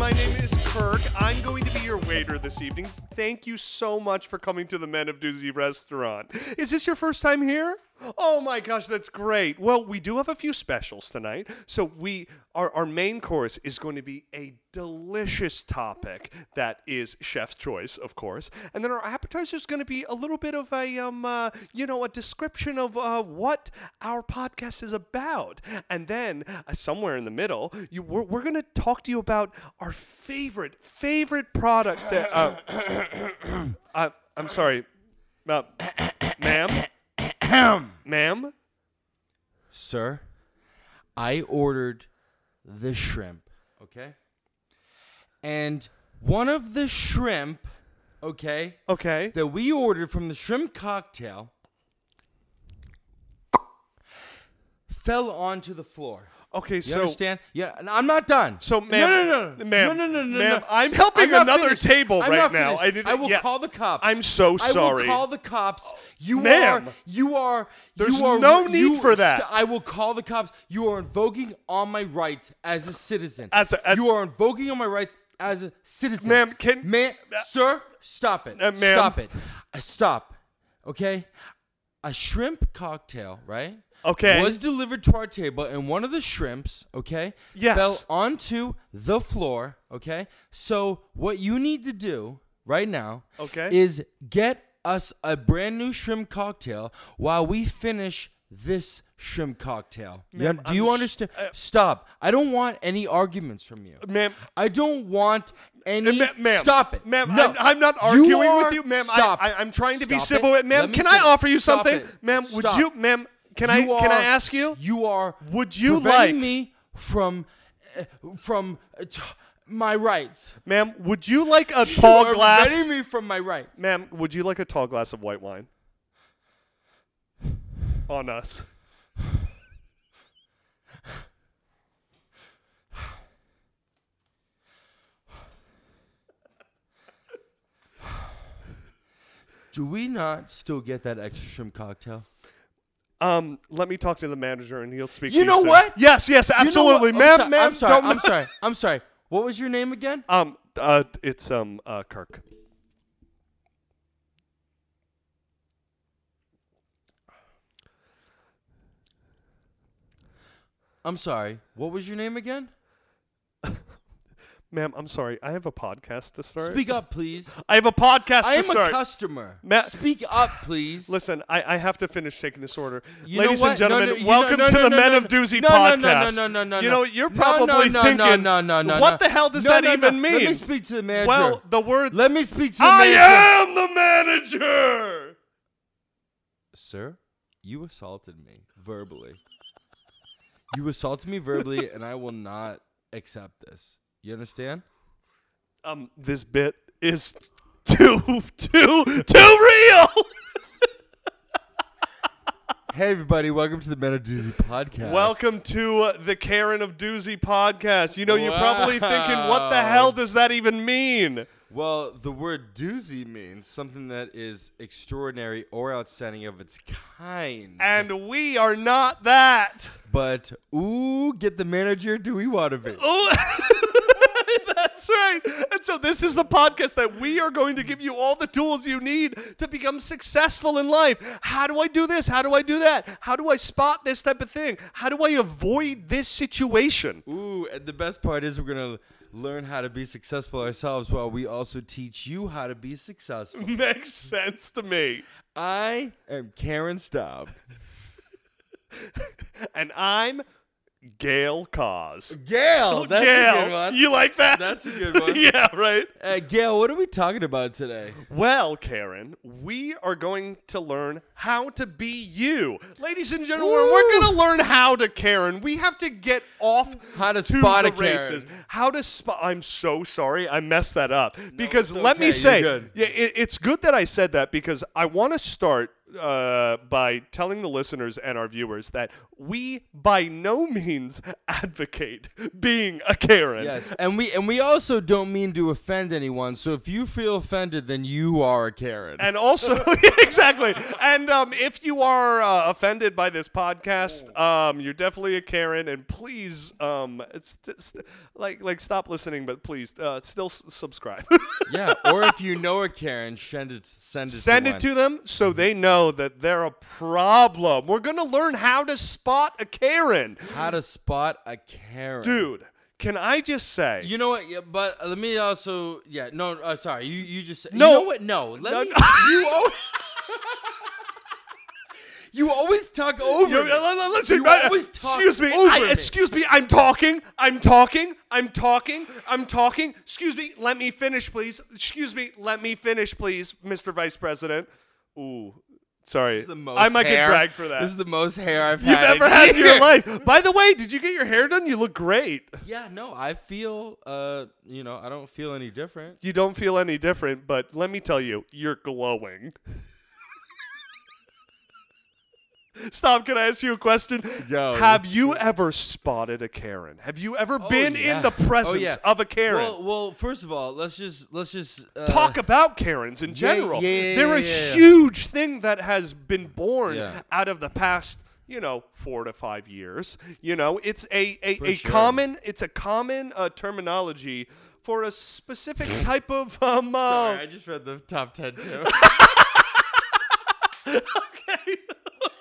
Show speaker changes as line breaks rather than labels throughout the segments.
My name is Kirk. I'm going to be your waiter this evening. Thank you so much for coming to the Men of Doozy restaurant. Is this your first time here? Oh my gosh, that's great. Well, we do have a few specials tonight. So we our, our main course is going to be a delicious topic that is chef's choice, of course. And then our appetizer is going to be a little bit of a um uh, you know, a description of uh, what our podcast is about. And then uh, somewhere in the middle, you we're, we're going to talk to you about our favorite favorite product that, uh, I, I'm sorry. Uh, ma'am? Ma'am?
Sir, I ordered the shrimp, okay? And one of the shrimp, okay,
Okay.
that we ordered from the shrimp cocktail fell onto the floor.
Okay,
You
so
understand? Yeah, and I'm not done.
So, ma'am-
no, no, no, no,
ma'am,
no, no, no, no,
ma'am,
no.
I'm
So,
helping
not
another
finished.
table
I'm
right
not
now.
finished.
I didn't-
I will
yeah.
call the cops.
I'm so
I
sorry.
will call the cops. You
ma'am.
are, you are.
There's
you are,
no need
you-
for that.
st- I will call the cops. You are invoking on my rights as a citizen.
As a- as-
you are invoking on my rights as a citizen.
Ma'am, can-
ma'am,
uh,
sir, stop it.
uh, ma'am.
Stop it. Uh, Stop. Okay, a shrimp cocktail, right?
Okay.
Was delivered to our table, and one of the shrimps, okay,
Yes.
fell onto the floor, okay? So, what you need to do right now
Okay.
is get us a brand new shrimp cocktail while we finish this shrimp cocktail. You-
Ma'am,
do you
I'm s-
understand?
uh,
Stop. I don't want any arguments from you.
Ma'am.
I don't want any.
Ma- ma'am,
stop it.
ma'am.
No.
I'm, I'm not
You
arguing
are-
with you, ma'am.
Stop.
I, I, I'm trying to be
Stop
civil.
it.
With, ma'am,
Let me
can I
finish.
offer you
Stop
something,
it.
ma'am? Would
Stop.
you, ma'am? Can I?
You
Can I
are-
ask you?
You are.
Would you like-
preventing me from uh, from uh, t- my rights?
ma'am, would you like a
you
tall
are
glass?
Preventing me from my rights.
Ma'am, would you like a tall glass of white wine? On us.
Do we not still get that extra shrimp cocktail?
Um, let me talk to the manager and he'll speak.
You
to
know
soon.
what?
Yes, yes,
You know
absolutely,
what?
ma'am,
I'm so-
ma'am.
I'm sorry.
don't-
I'm sorry. I'm sorry. What was your name again?
Um, uh, it's um, uh, Kirk.
I'm sorry. What was your name again?
Ma'am, I'm sorry. I have a podcast to start.
Speak up, please.
I have a podcast
I
to
am a
start.
customer.
Ma-
Speak up, please.
Listen, I, I have to finish taking this order.
You know
Ladies
what?
and gentlemen,
No, no, you
welcome
know- no,
to
no,
the
no,
Men
no,
of Doozy
no, no,
podcast.
no, no, no, no, no,
You
no.
know, you're
No, no,
probably
no,
thinking,
no, no, no, no,
what
no.
the hell does
No,
that
no, no.
even mean?
Let me speak to the manager.
Well, the words.
Let me speak to the
I
manager.
am the manager.
Sir, you assaulted me verbally. you assaulted me verbally, and I will not accept this. You understand?
Um, this bit is too, too, too real.
Hey, everybody. Welcome to the Men of Doozy podcast.
Welcome to uh, the Karen of Doozy podcast. You know, you're probably thinking, what the
Wow.
hell does that even mean?
Well, the word doozy means something that is extraordinary or outstanding of its kind.
And we are not that.
but, ooh, get the manager. Do we want to be?
Oh, that's right. And so this is the podcast that we are going to give you all the tools you need to become successful in life. How do I do this? How do I do that? How do I spot this type of thing? How do I avoid this situation?
Ooh, and the best part is we're going to learn how to be successful ourselves while we also teach you how to be successful.
Makes sense to me.
I am Karen Staub.
And I'm Gail Cause.
Gail, that's
Oh, Gail,
a good one.
you like that?
That's a good one.
yeah, right.
Uh, Gail, what are we talking about today?
Well, Karen, we are going to learn how to be you. Ladies and gentlemen, we're going to learn how to Karen. We have to get off
How to
to
spot
the
a Karen.
races. How to spot I'm so sorry. I messed that up. because
it's
let
okay.
me say
You're good.
yeah, it, it's good that I said that because I want to start uh, by telling the listeners and our viewers that we by no means advocate being a Karen.
Yes, and we and we also don't mean to offend anyone. So if you feel offended, then you are a Karen.
And also, exactly. And um, if you are uh, offended by this podcast, um, you're definitely a Karen. And please, um, it's, it's like like stop listening, but please uh, still s- subscribe.
yeah, or if you know a Karen, send it send it
Send
to
it to them
Mm-hmm.
so they know that they're a problem. We're gonna learn how to spot a Karen,
one. how to spot a Karen,
dude. Can I just say?
You know what? Yeah, but let me also yeah. No, uh, sorry. You you just no.
No.
You know what? No. Let
No,
me.
no.
You always, you always talk over.
Yo,
me.
l- l- listen,
you
man,
always talk
excuse me,
Over
I-
me.
excuse me. I'm talking. I'm talking. I'm talking. I'm talking. Excuse me. Let me finish, please. Excuse me. Let me finish, please, Mr. Vice President. Ooh, sorry.
This is the most
I might
hair-
get dragged for that.
This is the most hair I've
You've
had
ever
in
had in your
years.
life. By the way, did you get your hair done? You look great.
Yeah, no, I feel, uh, you know, I don't feel any different.
You don't feel any different, but let me tell you, you're glowing. Stop. Can I ask you a question?
Yo,
Have you ever spotted a Karen? Have you ever been
yeah.
in the
Oh,
presence
yeah.
of a Karen?
Well, well, first of all, let's just let's just uh,
Talk about Karens in
yeah,
general.
yeah, yeah,
They're a
yeah, yeah.
huge thing that has been born
Yeah.
out of the past, you know, four to five years. You know, it's a a,
For
a
sure.
common it's a common uh, terminology for a specific type of um, uh,
Sorry, I just read the top ten too.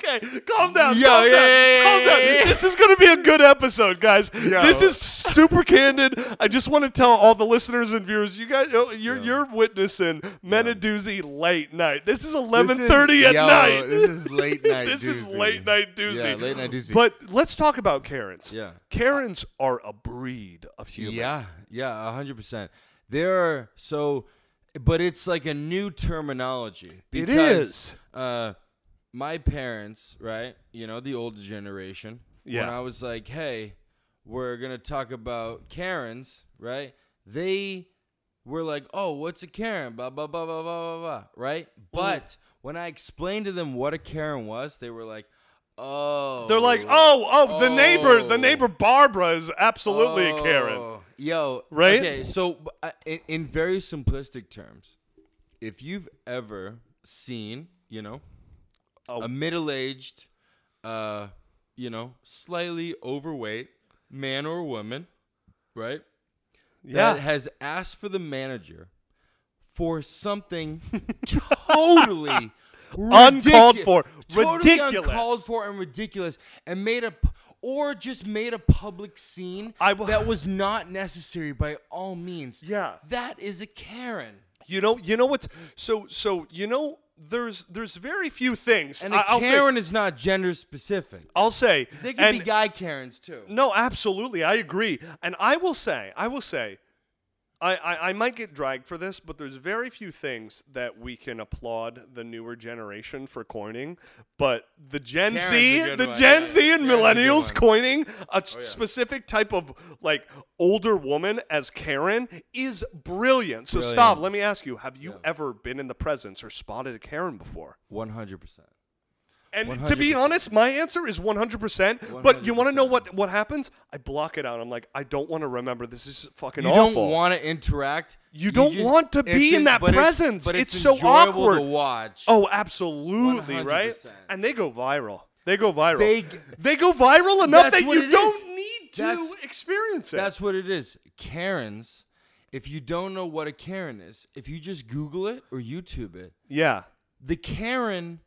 Okay, calm down.
Yo,
calm
yeah,
down,
yeah,
calm
yeah,
down.
yeah, yeah.
This is gonna be a good episode, guys. This is super candid. I just want to tell all the listeners and viewers, you guys, oh, you're you're witnessing Menadoozy late night. This is eleven thirty at
Yo,
night.
This is late night.
This is
doozy.
late night doozy.
Yeah, late night doozy.
But let's talk about Karens.
Yeah.
Karens are a breed of human.
Yeah, yeah, a hundred percent. There are so, but it's like a new terminology.
It
because, Uh, my parents, right? You know, the older generation. When
Yeah.
I was like, hey, we're gonna talk about Karens, right? They were like, oh, what's a Karen? Blah blah blah blah blah blah blah. Right?
Mm-hmm.
But when I explained to them what a Karen was, they were like, oh.
They're like, oh, oh, the neighbor, the
Oh.
neighbor Barbara is absolutely a Karen.
Oh, Yo,
Right?
Okay, so b- uh, in, in very simplistic terms, if you've ever seen, you know,
Oh.
a middle-aged, uh, you know, slightly overweight man or woman, right?
Yeah.
That has asked for the manager for something totally
Uncalled
ridicu-
for.
totally
Ridiculous.
uncalled for, and ridiculous, and made a p- or just made a public scene
I w-
that was not necessary by all means.
Yeah.
that is a Karen.
You know, you know what's so so. You know, there's there's very few things.
And a
I- I'll
Karen is not gender specific.
say, I'll say,
They could
and
be guy Karens too.
no, absolutely, I agree. And I will say, I will say, I, I I might get dragged for this, but there's very few things that we can applaud the newer generation for coining. But the Gen
Karen's a
Z,
good
the
one,
Gen
yeah.
Z and
Karen's a good
millennials
one. Oh,
coining a t- specific type of like older woman as Karen is brilliant. So stop.
Brilliant.
Let me ask you: Have you ever been in the presence or spotted a Karen before?
One hundred percent.
And to be
100%.
honest, my answer is 100%. But you want to know what, what happens? I block it out. I'm like, I don't want to remember. This is fucking
You
awful.
don't want to interact.
You don't want to be
it's
in that
but it's-
presence.
but
It's
it's
so
enjoyable
awkward.
to watch.
oh, absolutely, right?
100%.
And they go viral. They go viral.
They
They,
g-
go viral enough
That's
that
what
you
it
don't
is.
need to
That's-
experience it.
That's what it is. Karens. If you don't know what a Karen is, if you just Google it or YouTube it,
yeah.
the Karen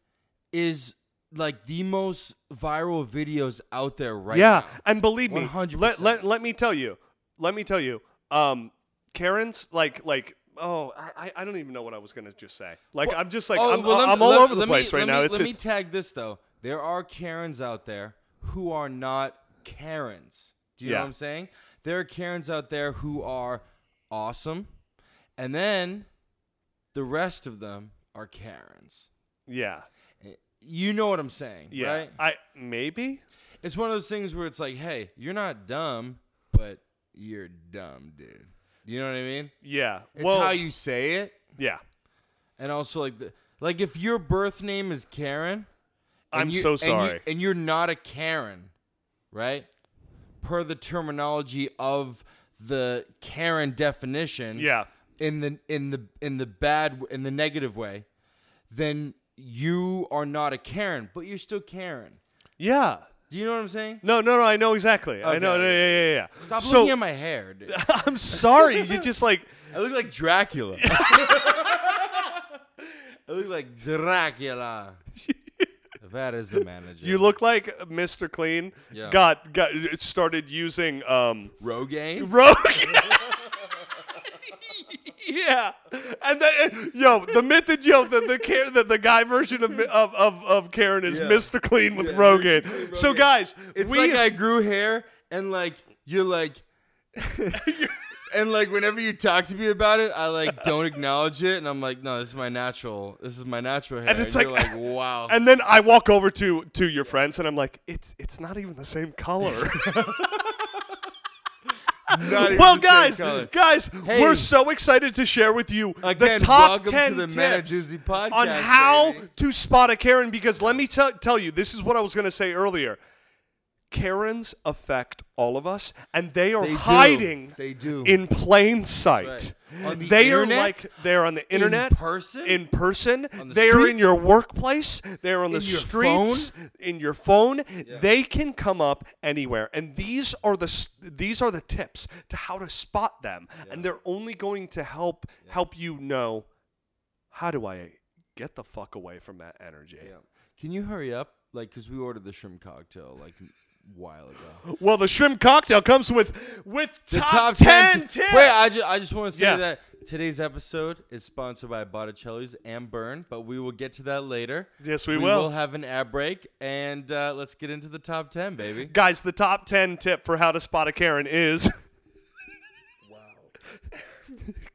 is like the most viral videos out there right
yeah.
now.
And believe me, let,
100%.
let, let me tell you. Let me tell you. Um, Karen's like, like, Oh, I, I- I don't even know what I was gonna just say. Like I'm just like I'm,
Oh, well, lem-
I'm all
lem-
over the
let me-
place right
let me-
now. it's,
let me
it's-
tag this though. There are Karens out there who are not Karens. Do you know
Yeah.
what I'm saying? There are Karens out there who are awesome, and then the rest of them are Karens.
yeah.
You know what I'm saying,
Yeah,
right?
I maybe.
It's one of those things where it's like, hey, you're not dumb, but you're dumb, dude. You know what I mean?
Yeah.
It's
well,
how you say it,
yeah.
and also like the Like if your birth name is Karen, and
I'm
you-
so
and you-
sorry.
And, you're not a Karen, right? Per the terminology of the Karen definition,
Yeah.
in the in the in the bad in the negative way, then you are not a Karen, but you're still Karen.
yeah.
Do you know what I'm saying?
No, no, no. I know exactly. I
Okay.
know. Yeah, yeah, yeah. yeah.
Stop
so,
looking at my hair, dude.
I'm sorry. You just like
I look like Dracula. I look like Dracula. that is the manager.
you look like Mr. Clean.
Yeah.
Got got started using um
Rogaine.
Rogue. yeah, and the, yo, the myth that yo the the, Karen, the the guy version of of of, of Karen is
Yeah.
Mr. Clean with
Yeah,
Rogan.
Mr. Clean
So
Rogaine.
guys,
It's
we
like I grew hair and like you're like and like whenever you talk to me about it, I like don't acknowledge it and I'm like, no, this is my natural this is my natural hair.
And it's
you're
like-
like wow.
and then I walk over to to your friends and I'm like, it's it's not even the same color.
Not even
well,
the same
guys,
color.
guys,
Hey.
we're so excited to share with you
Again,
the top
welcome to
ten
the Man of
tips
Doozy podcast,
on how
baby.
to spot a Karen. Because let me t- tell you, this is what I was going to say earlier. Karens affect all of us, and they are
They do.
hiding.
They do.
in plain sight.
That's right. On the
they
internet,
are like they're on the internet,
person,
in person.
the
they are in
streets,
your workplace. They are on the
in your
streets, in your phone. They can come up anywhere, and these are the s- these are the tips to how to spot them, and they're only going to help help you know how do I get the fuck away from that energy.
Can you hurry up? Like, cause we ordered the shrimp cocktail like a while ago.
Well, the shrimp cocktail comes with with
The
top, ten,
t-
tips.
Wait, I just I just want to say
Yeah.
that today's episode is sponsored by Botticelli's and Burn, but we will get to that later.
Yes, we
we
will.
will have an ad break, and uh, let's get into the top ten, baby.
Guys, the top 10 tip for how to spot a Karen is. wow.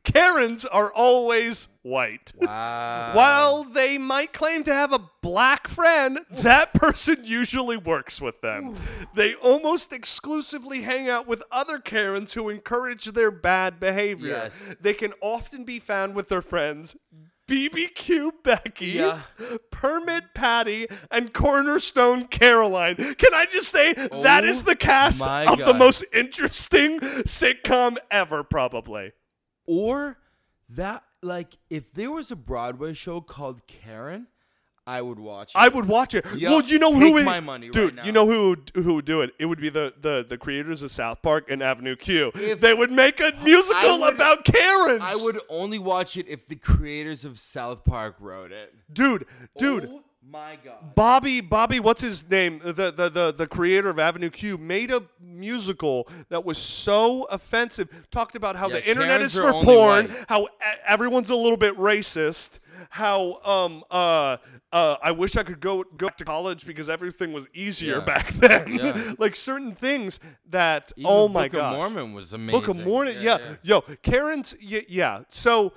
Karens are always white.
Wow.
While they might claim to have a black friend, that person usually works with them. They almost exclusively hang out with other Karens who encourage their bad behavior.
Yes.
They can often be found with their friends BBQ Becky,
Yeah.
Permit Patty, and Cornerstone Caroline. Can I just say that
Oh
is the cast
my
of the
God.
most interesting sitcom ever, probably.
Or that like if there was a Broadway show called Karen, I would watch. It.
I would watch it.
Yeah,
well, you know
take
who would,
my money right
dude.
now.
You know who would, who would do it? It would be the, the the creators of South Park and Avenue Q. they would make a musical
would-
about Karens.
I would only watch it if the creators of South Park wrote it.
dude, dude.
Oh my god.
Bobby, Bobby, what's his name? The, the the the creator of Avenue Q made a musical that was so offensive. Talked about how
Yeah,
the internet
Karens
is
are
for
only
porn,
white.
how e- everyone's a little bit racist, how um uh uh I wish I could go go back to college because everything was easier
Yeah.
back then.
Yeah.
like certain things that
Even
oh
the
my
Book
god,
of Mormon was amazing.
Book of Mormon, yeah, yo, Karen's, yeah, yeah. so.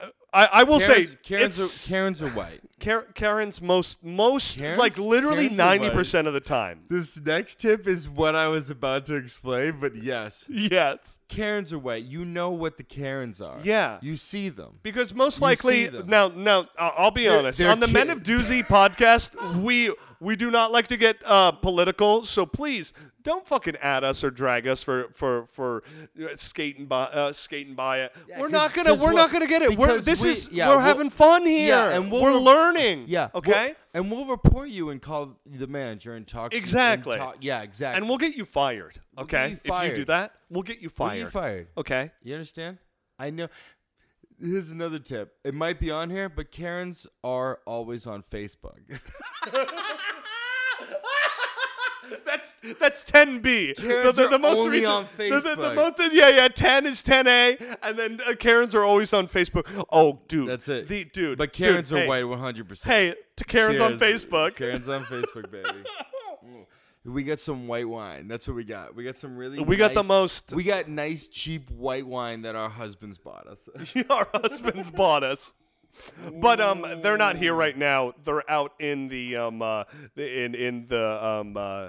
uh, I, I will
Karen's,
say it's,
Karen's, are, Karen's are white.
Kar- Karen's most most
Karen's-
like literally
Karen's are white.
ninety percent of the time.
This next tip is what I was about to explain, but yes.
Yes,
Karens are white. You know what the Karens are.
Yeah.
You see them.
because most likely
see them.
now now I- I'll be honest
they're
on the Men
kid-
of Doozy podcast we we do not like to get uh, political so please don't fucking add us or drag us for for for uh, skating by uh, skating by it. we're
'cause-
not gonna
'cause
we're not
what-
gonna get it. We're
because
this
we-
is
yeah,
we're
we'll-
having fun here.
Yeah, and we'll
we're
re-
learning.
Yeah. we'll-
Okay.
and we'll report you and call the manager and talk to you and
Exactly.
talk- yeah, exactly.
and we'll get you fired.
get
Okay.
you
If you do
fired.
that, we'll get you
We'll
fired.
get you fired.
Okay.
You understand? I know. Here's another tip. It might be on here, but Karens are always on Facebook.
That's that's 10B.
Karens
the, the,
are
the most
only
recent,
on
the- The, the
Facebook.
most, yeah, yeah. 10 is 10A, and then uh, Karens are always on Facebook. Oh, dude,
That's it.
The, dude,
But
dude,
Karens are
hey,
white 100%.
Hey, to Karens on
Cheers.
Facebook.
Karen's on Facebook, baby. We got some white wine. That's what we got. We got some really.
We got the
nice-
most
We got nice cheap white wine that our husbands bought us.
our husbands bought us. But um, they're not here right now. They're out in the um, uh, in in the um, uh,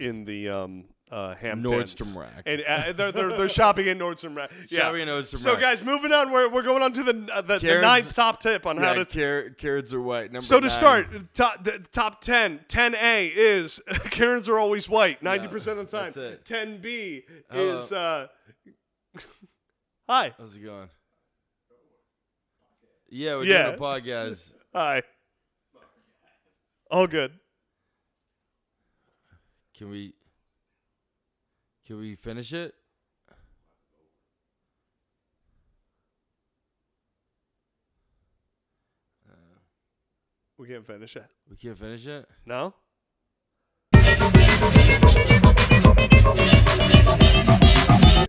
in the um, uh, Hamptons.
Nordstrom Rack.
And uh, they're, they're, they're shopping in Nordstrom Rack. Yeah.
Shopping in Nordstrom
so
Rack.
guys, moving on. We're, we're going on to the uh, the, the
Karen's-
ninth top tip on how to.
Yeah, car- carrots are white. Number
so to
nine.
start, top, the top 10. 10A is Karens are always white 90% of the time.
that's it.
10B is. Uh, hi.
how's it going? Yeah, we're
Yeah.
doing a podcast.
Hi. All good.
Can we? Can we finish it?
We can't finish it.
We can't finish it.
No?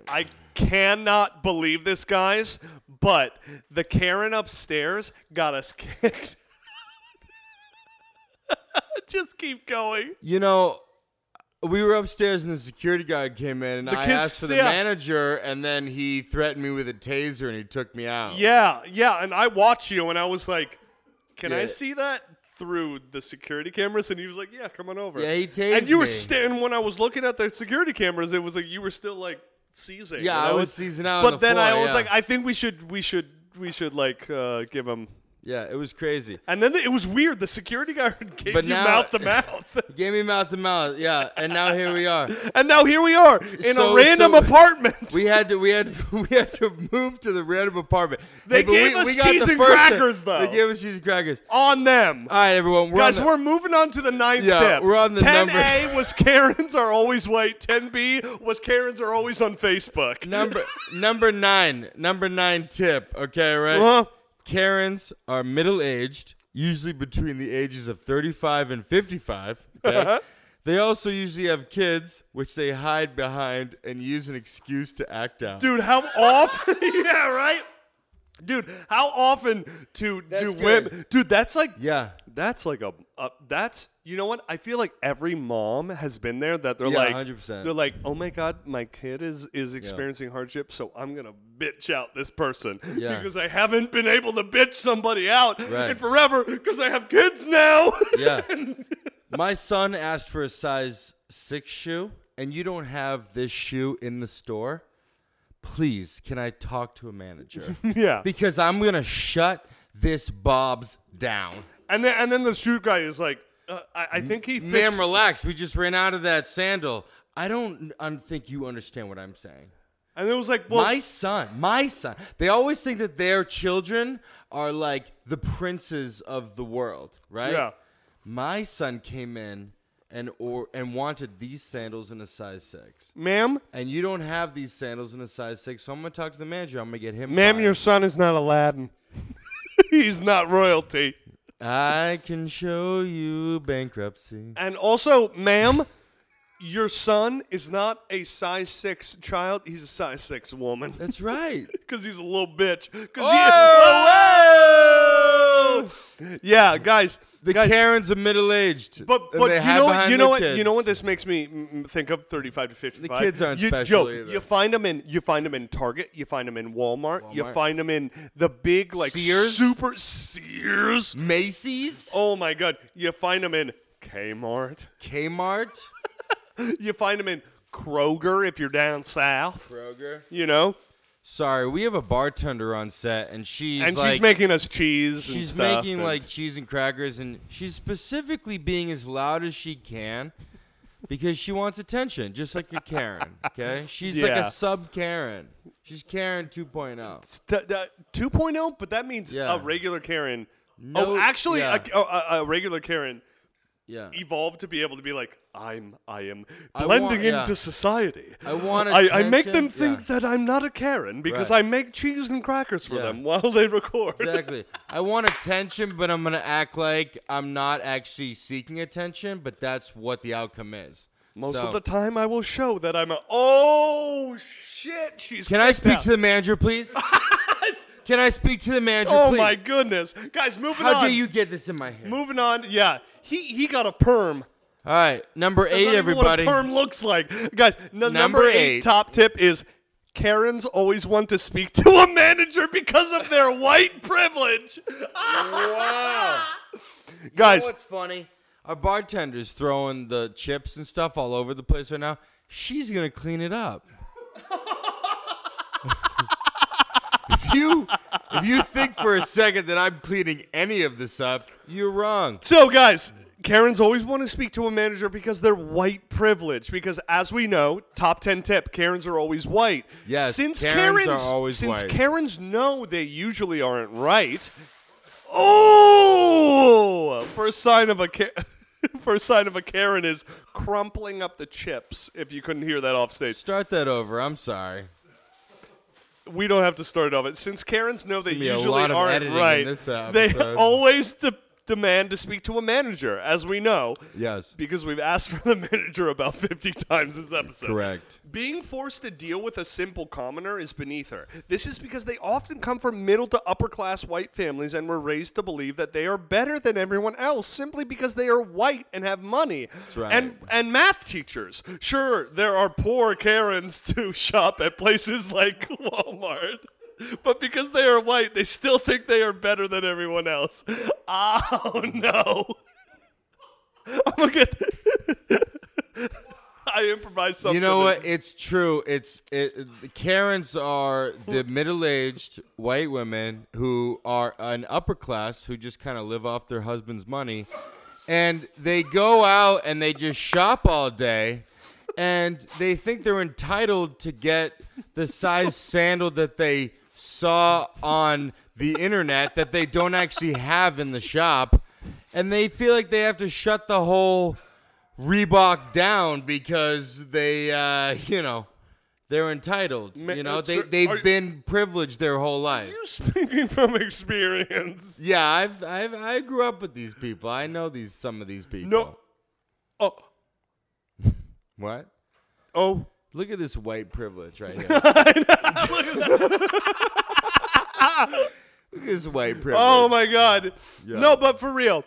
I cannot believe this, guys, but the Karen upstairs got us kicked. Just keep going.
You know, we were upstairs and the security guard came in and I
kiss-
asked for the
yeah.
manager and then he threatened me with a taser and he took me out.
Yeah, yeah. And I watch you and I was like, can I
Yeah.
see that? Through the security cameras, and he was like, "Yeah, come on over."
Yeah, he tased
And you were
me.
standing when I was looking at the security cameras. It was like you were still like seizing.
Yeah,
and
I was seizing out
But
on the
then I
floor,
was
yeah.
like, I think we should, we should, we should like uh, give him.
Yeah, it was crazy.
And then it was weird. The security guard gave
But
you
now-
mouth to mouth,
He gave me mouth to mouth. Yeah, and now here we are.
and now here we are in a
So-
random
so-
apartment.
We had to we had we had to move to the random apartment.
They
but
gave us cheese
the
and
first-
crackers, though.
They gave us cheese and crackers.
on them.
All right, everyone. We're on
Guys,
the-
we're moving on to the ninth
Yeah,
tip.
we're on the
10A was Karens are always white. 10B was Karens are always on Facebook.
number number nine. Number nine tip. Okay, right.
Uh-huh.
Karens are middle aged, usually between the ages of 35 and 55.
Uh-huh.
Okay? they also usually have kids, which they hide behind and use an excuse to act out.
Dude, how often? yeah, right? Dude, how often do do
good.
women? Dude, that's like
Yeah.
that's like a uh, that's you know what? I feel like every mom has been there that they're
Yeah,
like
100%.
they are like, "Oh my god, my kid is is experiencing hardship, so I'm going to bitch out this person
Yeah.
because I haven't been able to bitch somebody out
Right.
in forever because I have kids now."
Yeah. My son asked for a size six shoe, and you don't have this shoe in the store. Please, can I talk to a manager?
yeah.
because I'm going to shut this Bob's down.
And then and then the shoe guy is like, uh, I, I think he
Ma'am,
fits.
relax. We just ran out of that sandal. I don't un- think you understand what I'm saying.
and it was like, well,
my son, my son. They always think that their children are like the princes of the world, right?
Yeah.
My son came in and or and wanted these sandals in a size six,
ma'am,
and you don't have these sandals in a size six. So I'm gonna talk to the manager. I'm gonna get him.
ma'am,
fired.
your son is not Aladdin. He's not royalty.
I can show you bankruptcy.
And also, ma'am, your son is not a size six child. He's a size six woman
That's right.
because he's a little bitch. 'Cause
oh,
he, yeah, guys,
The
guys,
Karens are middle aged,
But but you know what you know what you know what this makes me mm, think of thirty five to fifty five.
kids aren't
you,
special
yo,
either.
You find them in you find them in Target. You find them in Walmart. You
Walmart.
find them in the big like
Sears?
super Sears.
Macy's,
Oh my god! You find them in Kmart.
Kmart,
You find them in Kroger if you're down south.
Kroger.
You know,
Sorry, we have a bartender on set, and she's
and
like,
she's making us cheese. and
she's
stuff,
making
and-
like cheese and crackers, and she's specifically being as loud as she can because she wants attention, just like a Karen. Okay, she's like
Yeah.
a sub Karen. She's Karen oh. 2.0.
Th- th- 2.0, oh, but that means
Yeah.
a regular Karen. oh,
No-
actually,
yeah.
a, a, a regular Karen
Yeah,
evolved to be able to be like, I'm, I am
I
blending
want- yeah.
into society.
I want
I, I make them
attention."
think that I'm not a Karen because
Right.
I make cheese and crackers for
Yeah.
them while they record.
exactly. I want attention, but I'm gonna act like I'm not actually seeking attention, but that's what the outcome is.
Most
So-
of the time, I will show that I'm a. Oh shit! She's.
Can I
kicked
speak
out.
to the manager, please? Can I speak to the manager,
Oh
please?
my goodness, guys! Moving
How
on.
dare you get this in my hair?
Moving on. Yeah, he he got a perm.
All right, number
That's
eight,
not even
everybody.
What a perm looks like, guys. n- number,
Number
eight,
eight.
top tip is. Karens always want to speak to a manager because of their white privilege.
Wow.
Guys,
What's funny? Our bartender's throwing the chips and stuff all over the place right now. she's gonna clean it up. if you if you think for a second that I'm cleaning any of this up, you're wrong.
So, guys, Karens always want to speak to a manager because they're white privilege. Because as we know, top ten tip: Karens are always white.
Yes,
since
Karens
Karens,
are always
since
white.
Karens know they usually aren't right. Oh, first sign of a Ka- first sign of a Karen is crumpling up the chips. If you couldn't hear that off stage,
Start that over. I'm sorry.
we don't have to start it off. It since Karens know they
be a
usually
lot of
aren't
editing in
right.
this
they
episode.
always de- demand to speak to a manager, as we know.
Yes.
because we've asked for the manager about 50 times this episode.
Correct.
Being forced to deal with a simple commoner is beneath her. This is because they often come from middle to upper class white families and were raised to believe that they are better than everyone else simply because they are white and have money.
right.
And and math teachers. Sure, there are poor Karens to shop at places like Walmart. But because they are white, they still think they are better than everyone else. Oh no. I'm gonna get. I improvised something.
You know what? It's true. It's it, the Karens are the middle-aged white women who are an upper class who just kind of live off their husband's money, and they go out and they just shop all day, and they think they're entitled to get the size sandal that they saw on the internet that they don't actually have in the shop, and they feel like they have to shut the whole. Reebok down because they, uh, you know, they're entitled.
Ma-
you know,
it's
they
cer-
they've
are you-
been privileged their whole life.
You speaking from experience?
Yeah, I've I've I grew up with these people. I know these some of these people.
No. Oh.
What?
Oh.
Look at this white privilege right here. Look at this white privilege.
Oh my God.
Yeah.
No, but for real.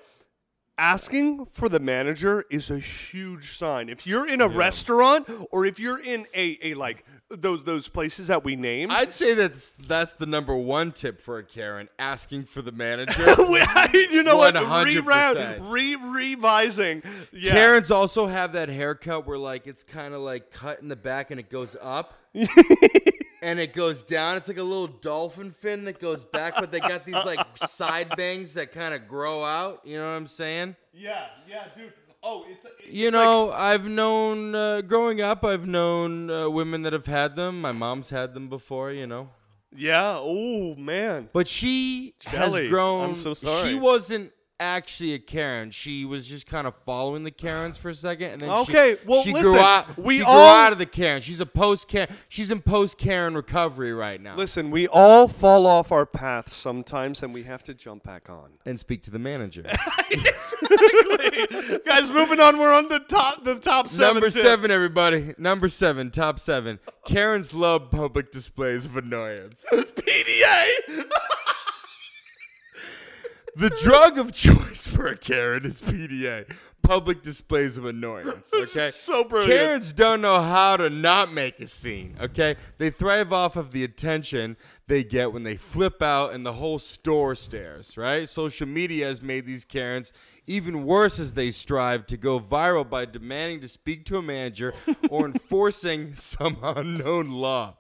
Asking for the manager is a huge sign. If you're in a restaurant or if you're in a, a like those those places that we named,
I'd say that's that's the number one tip for a Karen asking for the manager.
you know what?
100%.
Reround, re revising. Yeah.
Karens also have that haircut where like it's kind of like cut in the back and it goes up. and it goes down. It's like a little dolphin fin that goes back, but they got these like side bangs that kind of grow out. You know what I'm saying?
yeah, yeah, dude. Oh, it's
You
it's like-
know, I've known uh, growing up, I've known uh, women that have had them. My mom's had them before, you know.
yeah. Oh man.
But she
Shelly,
has
I'm
grown.
so sorry.
She wasn't actually a Karen. She was just kind of following the Karens for a second, and then she-
Okay, well,
she
listen,
grew out.
we
she grew
all-
out of the Karen. She's a post Karen. She's in post Karen recovery right now.
Listen, we all fall off our path sometimes and we have to jump back on.
And speak to the manager.
Guys, moving on, we're on the top the top seven.
Number
tip.
seven, everybody. Number seven, top seven. Karen's love public displays of annoyance.
PDA!
The drug of choice for a Karen is PDA. Public displays of annoyance. Okay,
so brilliant.
Karens don't know how to not make a scene. Okay, they thrive off of the attention they get when they flip out and the whole store stares. Right? Social media has made these Karens even worse as they strive to go viral by demanding to speak to a manager or enforcing some unknown law.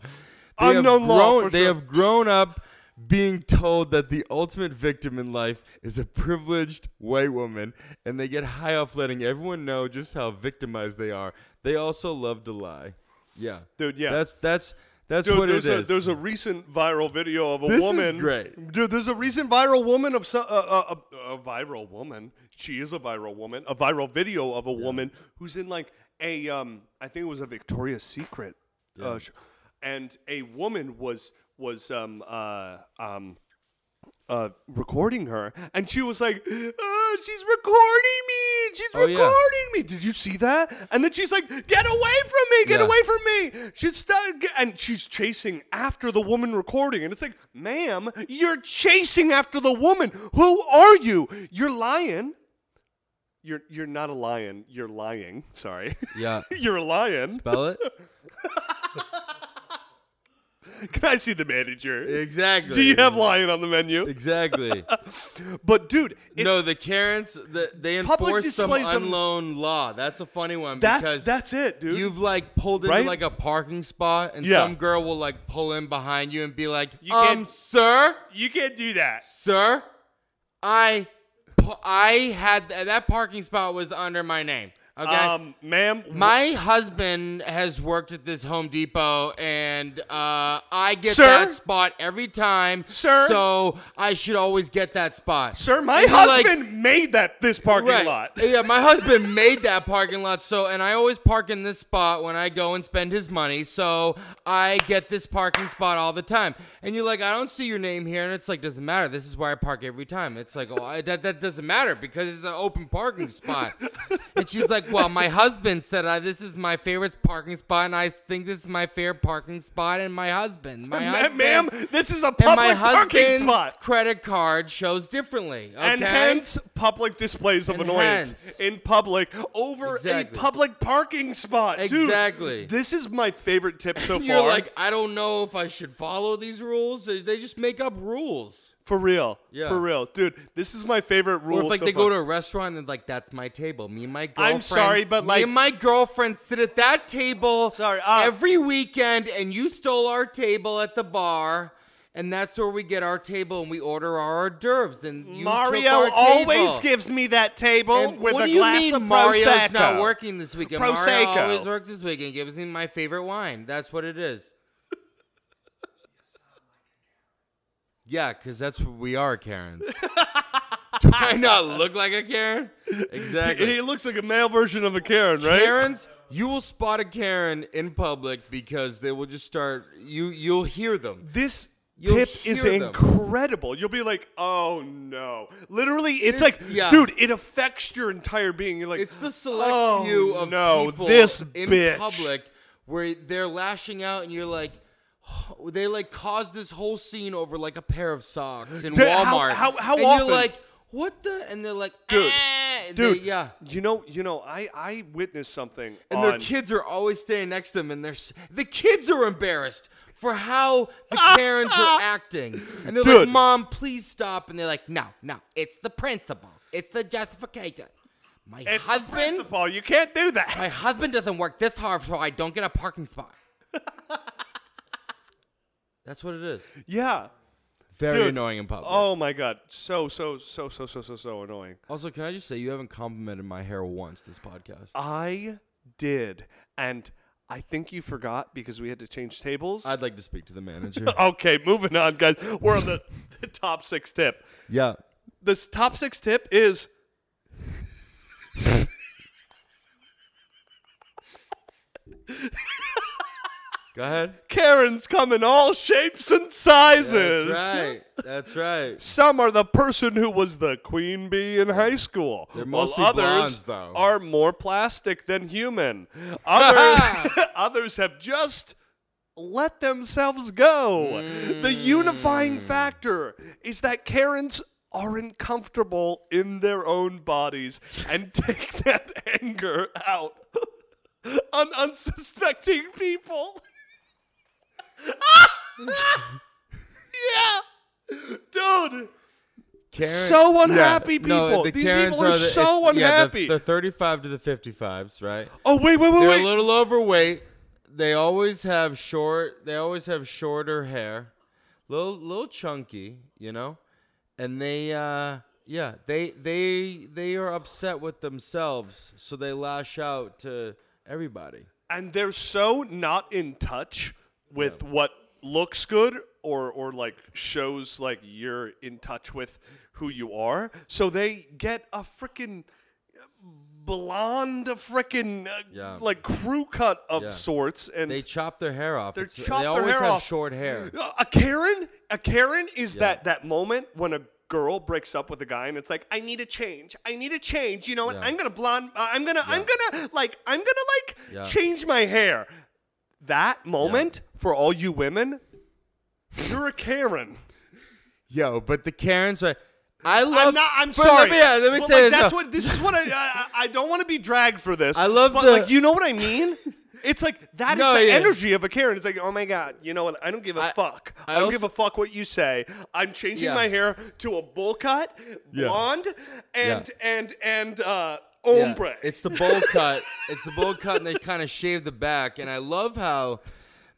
have
Unknown law,
grown-
for
They
sure.
have grown up being told that the ultimate victim in life is a privileged white woman, and they get high off letting everyone know just how victimized they are. They also love to lie. Yeah,
Dude, yeah.
That's that's that's
Dude,
what it
there's
is.
a, there's a recent viral video of a
This is
woman.
great.
Dude, there's a recent viral woman of some, uh, uh, uh, a viral woman. She is a viral woman. A viral video of a woman who's in like a um I think it was a Victoria's Secret, uh, sh- and a woman was was um uh um uh recording her, and she was like, oh, she's recording me. She's
Oh, yeah.
recording me. Did you see that? And then she's like, get away from me. Get
Yeah.
away from me. She's st- and she's chasing after the woman recording. And it's like, ma'am, you're chasing after the woman. Who are you? You're lying. You're you're not a lion. You're lying. Sorry.
yeah.
you're a lion.
Spell it.
Can I see the manager?
Exactly.
Do you have lion on the menu?
Exactly.
But dude, it's,
no, the Karens the, they
Public
enforce some
displays of-
unloan law. That's a funny one
that's
because
that's it, dude.
you've like pulled into
Right?
like a parking spot and
Yeah.
some girl will like pull in behind you and be like,
You
"Um,
can't-
sir,
you can't do that.
sir, I pu- I had that parking spot was under my name." Okay.
Um, ma'am,
My husband has worked at this Home Depot, and uh, I get
Sir?
that spot every time.
Sir?
So I should always get that spot.
sir, my
And you're like-
husband made that this parking
Right.
lot.
Yeah, my husband made that parking lot. So, and I always park in this spot when I go and spend his money. So I get this parking spot all the time. And you're like, I don't see your name here. And it's like, doesn't matter. This is where I park every time. It's like, oh, I, that, that doesn't matter because it's an open parking spot. and she's like, well, my husband said I, this is my favorite parking spot. And I think this is my fair parking spot. And my husband, my
Ma-
husband.
ma'am, this is a
and my
public parking
husband's
spot.
credit card shows differently. Okay?
And hence public displays of
And
annoyance
hence.
in public over
Exactly.
a public parking spot. Dude,
Exactly.
this is my favorite tip so
You're
far.
like, I don't know if I should follow these rules. They- They just make up rules.
for real.
Yeah.
For real. Dude, this is my favorite rule.
Or if like
so
they
far.
go to a restaurant and like that's my table. Me and my girlfriend.
I'm sorry, but,
me
like-
and my girlfriend sit at that table.
Sorry, uh,
every weekend, and you stole our table at the bar, and that's where we get our table and we order our hors d'oeuvres. And you took
Mario
our
always
table.
gives me that table
And
with
what
a
do you
glass
mean
of
Mario's
Prosecco.
not working this weekend? Mario
Prosecco.
always works this weekend. Gives me my favorite wine. That's what it is. Yeah, because that's what we are, Karens. Do I not look like a Karen? Exactly.
He looks like a male version of a Karen, right?
Karens, you will spot a Karen in public because they will just start. You you'll hear them.
This
You'll
tip is
hear them.
incredible. You'll be like, "Oh no!" Literally, it's
is-
like,
yeah.
dude, it affects your entire being. You're like,
It's the select
oh,
few of
no,
people
this
in
bitch.
public where they're lashing out, and you're like, they like caused this whole scene over like a pair of socks in
Dude, how-
Walmart.
how- how
and
often?
You're like, what the? And they're like,
Dude,
"Ah," and
dude.
they- yeah.
You know, you know, I I witnessed something.
And
on,
their kids are always staying next to them, and they're s- the kids are embarrassed for how the Karens are acting, and they're like,
Dude.
"Mom, please stop!" And they're like, "No, no, it's the principal, it's the justification." My
It's the
husband
principal. You can't do that.
My husband doesn't work this hard, so I don't get a parking spot. That's what it is.
Yeah.
Very
Dude.
annoying in public.
Oh my god. So so so so so so so annoying.
Also, can I just say you haven't complimented my hair once this podcast?
I did, and I think you forgot because we had to change tables.
I'd like to speak to the manager.
okay, moving on, guys. We're on the, the top six tip.
yeah.
This top six tip is
Go ahead.
Karens come in all shapes and sizes.
That's right. That's right.
Some are the person who was the queen bee in high school,
mostly
while others
blondes, though.
are more plastic than human. Others, others have just let themselves go. The unifying factor is that Karens aren't comfortable in their own bodies and take that anger out on unsuspecting people. yeah, dude. So unhappy people. These people are so unhappy.
the 35 to the 55s, right?
Oh wait, wait, wait,
They're
wait.
a little overweight. They always have short. They always have shorter hair, little little chunky, you know. And they, uh, yeah, they they they are upset with themselves, so they lash out to everybody.
and they're so not in touch with what looks good or or like shows like you're in touch with who you are so they get a freaking blonde freaking uh,
Yeah.
like crew cut of
Yeah.
sorts and
They chop their hair off.
They
It's-
chop
they
their
always
hair
have
off.
short hair.
Uh, a karen a karen is that that moment when a girl breaks up with a guy and it's like i need a change i need a change you know what
Yeah.
i'm gonna blonde uh, i'm gonna i'm gonna like i'm gonna like
Yeah.
change my hair that moment for all you women you're a karen
Yo, but the Karens are. I love.
I'm, not, I'm
but
sorry.
Let me, yeah, let me
But,
say
like,
this.
That's
though.
what. This is what I. I, I don't want to be dragged for this.
I love
but
the-
like you know what I mean. It's like that is
No,
the
yeah.
energy of a Karen. It's like, oh my god, you know what? I don't give a
I-
fuck. I,
I
don't
also-
give a fuck what you say. I'm changing
Yeah.
my hair to a bowl cut,
Yeah.
blonde, and and and uh, ombre.
Yeah, It's the bowl cut. It's the bowl cut, and they kind of shave the back. And I love how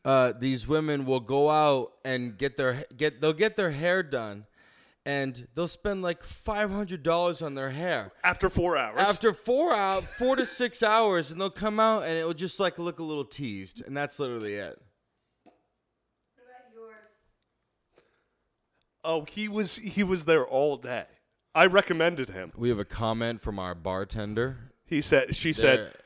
uh, these women will go out and get their get they'll get their hair done, and they'll spend like five hundred dollars on their hair
after four hours.
after four out four to six hours, and they'll come out and it will just like look a little teased, and that's literally it.
What about yours?
oh, he was he was there all day. I recommended him.
We have a comment from our bartender.
He said. She
There-
said.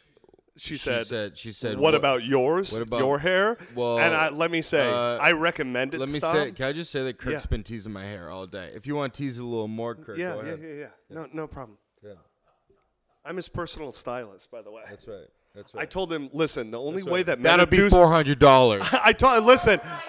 She,
she
said.
said she said
what, about yours?
what about-
your hair?
Well,
and I, let me say,
uh,
I recommend it.
Let me
Stom.
say. Can I just say that Kirk's
Yeah.
been teasing my hair all day? If you want to tease it a little more, Kirk,
yeah,
go
yeah,
ahead.
yeah, yeah. No, no problem.
yeah.
I'm his personal stylist, by the way.
That's right. That's
I told him, listen, the only way that men
That'll
of
be
Doozy-
four hundred dollars.
I told listen,
Still looks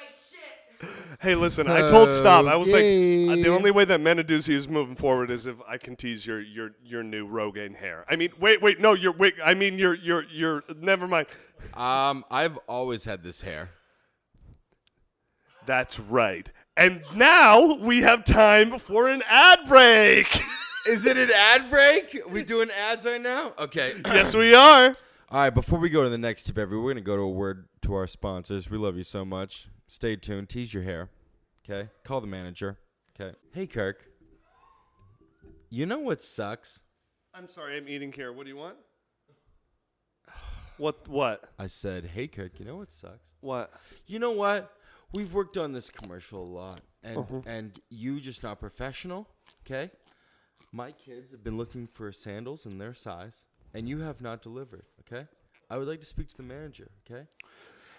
like shit.
hey, listen. I told Stop. I was like, uh,
Okay.
the only way that Manaduzzi is moving forward is if I can tease your your your new Rogaine hair. I mean, wait, wait, no, your wait. I mean, your your your. Never mind.
um, I've always had this hair.
That's right. And now we have time for an ad break.
Is it an ad break? we doing ads right now? Okay.
yes, we are.
All right. Before we go to the next tip, every we're gonna go to a word to our sponsors. We love you so much. Stay tuned. Tease your hair. Okay. Call the manager. Okay. Hey, Kirk. You know what sucks?
I'm sorry. I'm eating here. What do you want? What? What?
I said, hey, Kirk. You know what sucks?
What?
you know what? We've worked on this commercial a lot, and and you just not professional. Okay, my kids have been looking for sandals in their size, and you have not delivered. Okay, I would like to speak to the manager. Okay,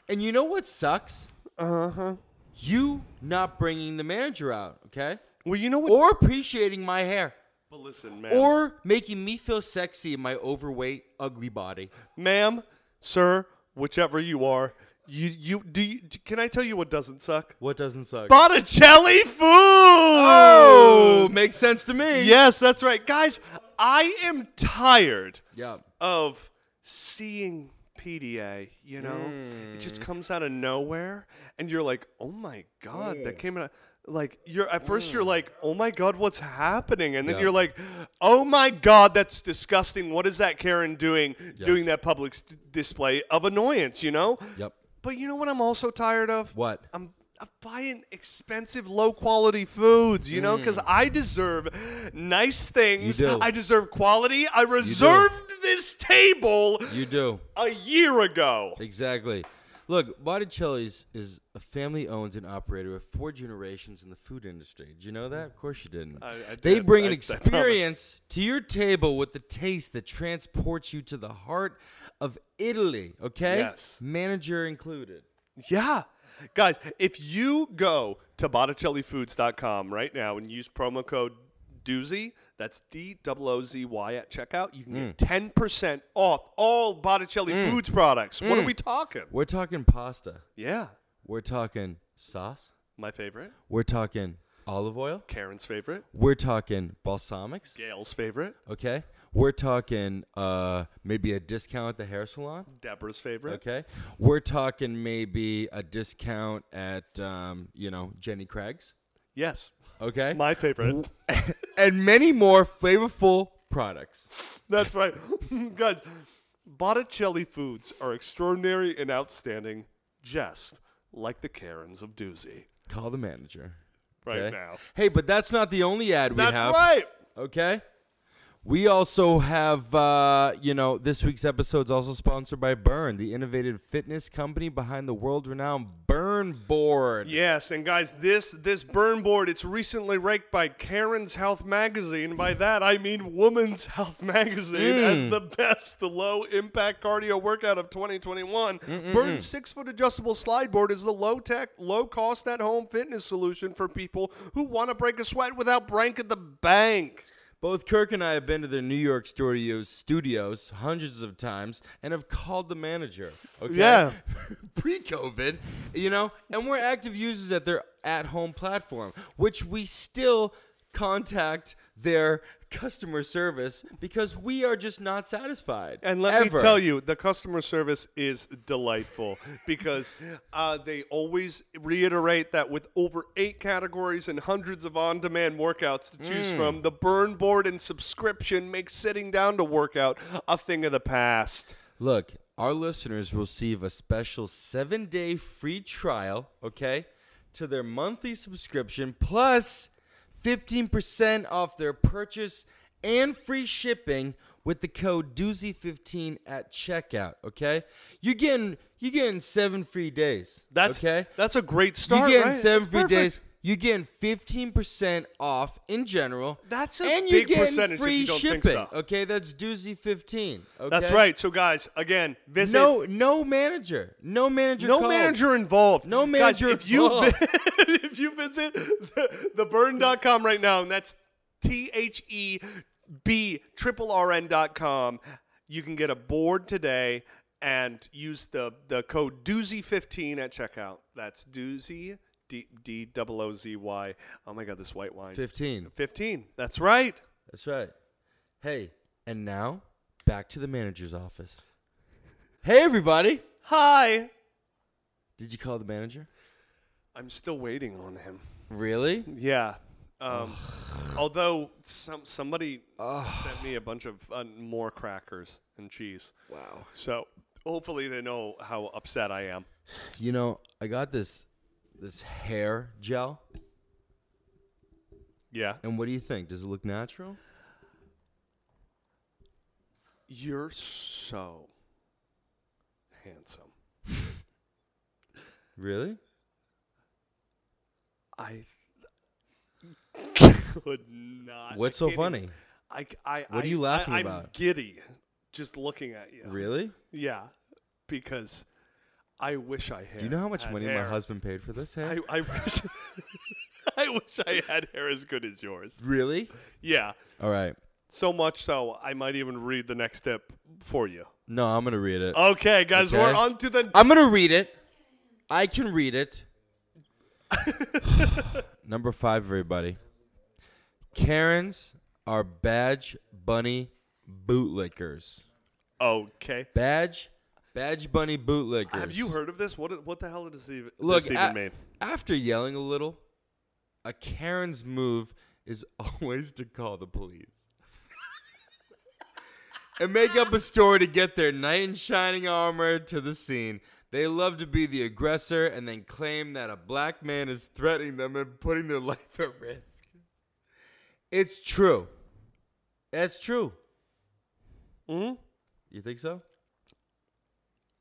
and you know what sucks?
Uh
Uh-huh.
huh.
You not bringing the manager out. Okay,
Well, you know what?
or appreciating my hair.
but listen, man.
Or making me feel sexy in my overweight, ugly body.
ma'am, sir, whichever you are, you you do. You, d- can I tell you what doesn't suck?
What doesn't suck?
Botticelli food.
Oh, makes sense to me.
yes, that's right, guys. I am tired
Yeah.
of seeing PDA. You know, it just
Hmm.
comes out of nowhere, and you're like, oh my god, that came out. of-" Like you're at first you're like, oh my god, what's happening? And then
Hmm. Yeah.
you're like, oh my god, that's disgusting. What is that Karen doing? Doing that public s display of annoyance, you know?
Yep.
But you know what I'm also tired of?
What?
I'm, I'm buying expensive, low quality foods, you know, because I deserve nice things.
do.
I deserve quality. I reserved this table
You do.
a year ago.
Exactly. Look, Botticelli's is a family owned and operated with four generations in the food industry. Did you know that? Of course you didn't.
I- I
they
did.
bring
I-
an
I promise.
experience to your table with the taste that transports you to the heart of Italy, okay?
Yes.
Manager included.
Yeah. Guys, if you go to BotticelliFoods.com right now and use promo code Doozy, that's D O O Z Y at checkout, you can get 10% off all Botticelli Foods products. What are we talking?
We're talking pasta.
Mm. Yeah.
We're talking sauce.
My favorite.
We're talking olive oil.
Karen's favorite,
We're talking balsamics,
Gail's favorite,
okay? We're talking uh, maybe a discount at the hair salon.
Deborah's favorite.
Okay. We're talking maybe a discount at, um, you know, Jenny Craig's.
Yes,
Okay.
my favorite.
and many more flavorful products.
That's right. Guys, Botticelli foods are extraordinary and outstanding, just like the Karens of Doozy
Call the manager.
right
okay?
now.
Hey, but that's not the only ad we
That's
have.
right.
Okay. We also have, uh, you know, this week's episode is also sponsored by Burn, the innovative fitness company behind the world renowned Burn Board.
Yes, and guys, this this burn board it's recently ranked by Karen's Health Magazine. By that I mean Woman's Health Magazine as the best low impact cardio workout of 2021. Burn six foot adjustable slide board is the low tech, low cost at home fitness solution for people who want to break a sweat without breaking the bank.
Both Kirk and I have been to their New York studios, studios hundreds of times and have called the manager. Okay?
Yeah.
Pre-COVID, you know, and we're active users at their at-home platform, which we still contact their customer service because we are just not satisfied.
And let
Ever.
me tell you, the customer service is delightful because uh, they always reiterate that with over eight categories and hundreds of on demand workouts to choose
Mm.
from, the burn board and subscription makes sitting down to workout a thing of the past.
Look, our listeners will receive a special seven day free trial, okay, to their monthly subscription plus 15% off their purchase and free shipping with the code doozy15 at checkout, okay? You're getting you're getting seven free days.
That's
okay.
That's a great start.
you're getting
right?
seven
That's
free
perfect.
days. You're getting fifteen percent off in general.
That's a
and
big
you're getting
percentage if you
free
don't
shipping.
think so.
Okay, that's doozy fifteen. Okay?
That's right. So, guys, again, visit.
No, no manager. No manager.
No
called.
manager involved.
No
Guys,
manager
if you
involved.
vi- if you visit the, theburn.com right now, and that's T H E B triple R N dot com, you can get a board today and use the the code doozy fifteen at checkout. That's doozy D D O O Z Y. Oh my god, this white wine.
Fifteen.
Fifteen. That's right.
That's right. Hey, and now back to the manager's office. Hey, everybody.
Hi.
Did you call the manager?
I'm still waiting on him.
Really?
Yeah. Um, although some somebody sent me a bunch of uh, more crackers and cheese,
Wow.
so hopefully they know how upset I am.
You know, I got this this hair gel,
Yeah.
and what do you think? Does it look natural?
You're so handsome.
Really?
I could not. I
What's so
can't even-
funny?
I, c- I-
What are
I-
you laughing
I, I'm
about?
giddy just looking at you.
Really?
Yeah, because I wish I had.
Do you know how much
had
money my
hair.
husband paid for this hair?
I, I wish I wish I had hair as good as yours.
really?
Yeah.
All right.
So much so I might even read the next step for you.
No, I'm gonna read
Oh,
it.
Okay, guys, we're
Okay.
on to the
I'm gonna read it. I can read it. Number five, everybody. Karens are badge bunny bootlickers.
Okay.
Badge, badge bunny bootlickers.
Have you heard of this? What what the hell does this even,
Look,
this even
a-
mean?
after yelling a little, a Karen's move is always to call the police and make up a story to get their knight in shining armor to the scene. They love to be the aggressor and then claim that a black man is threatening them and putting their life at risk. It's true. That's true.
Mhm.
You think so?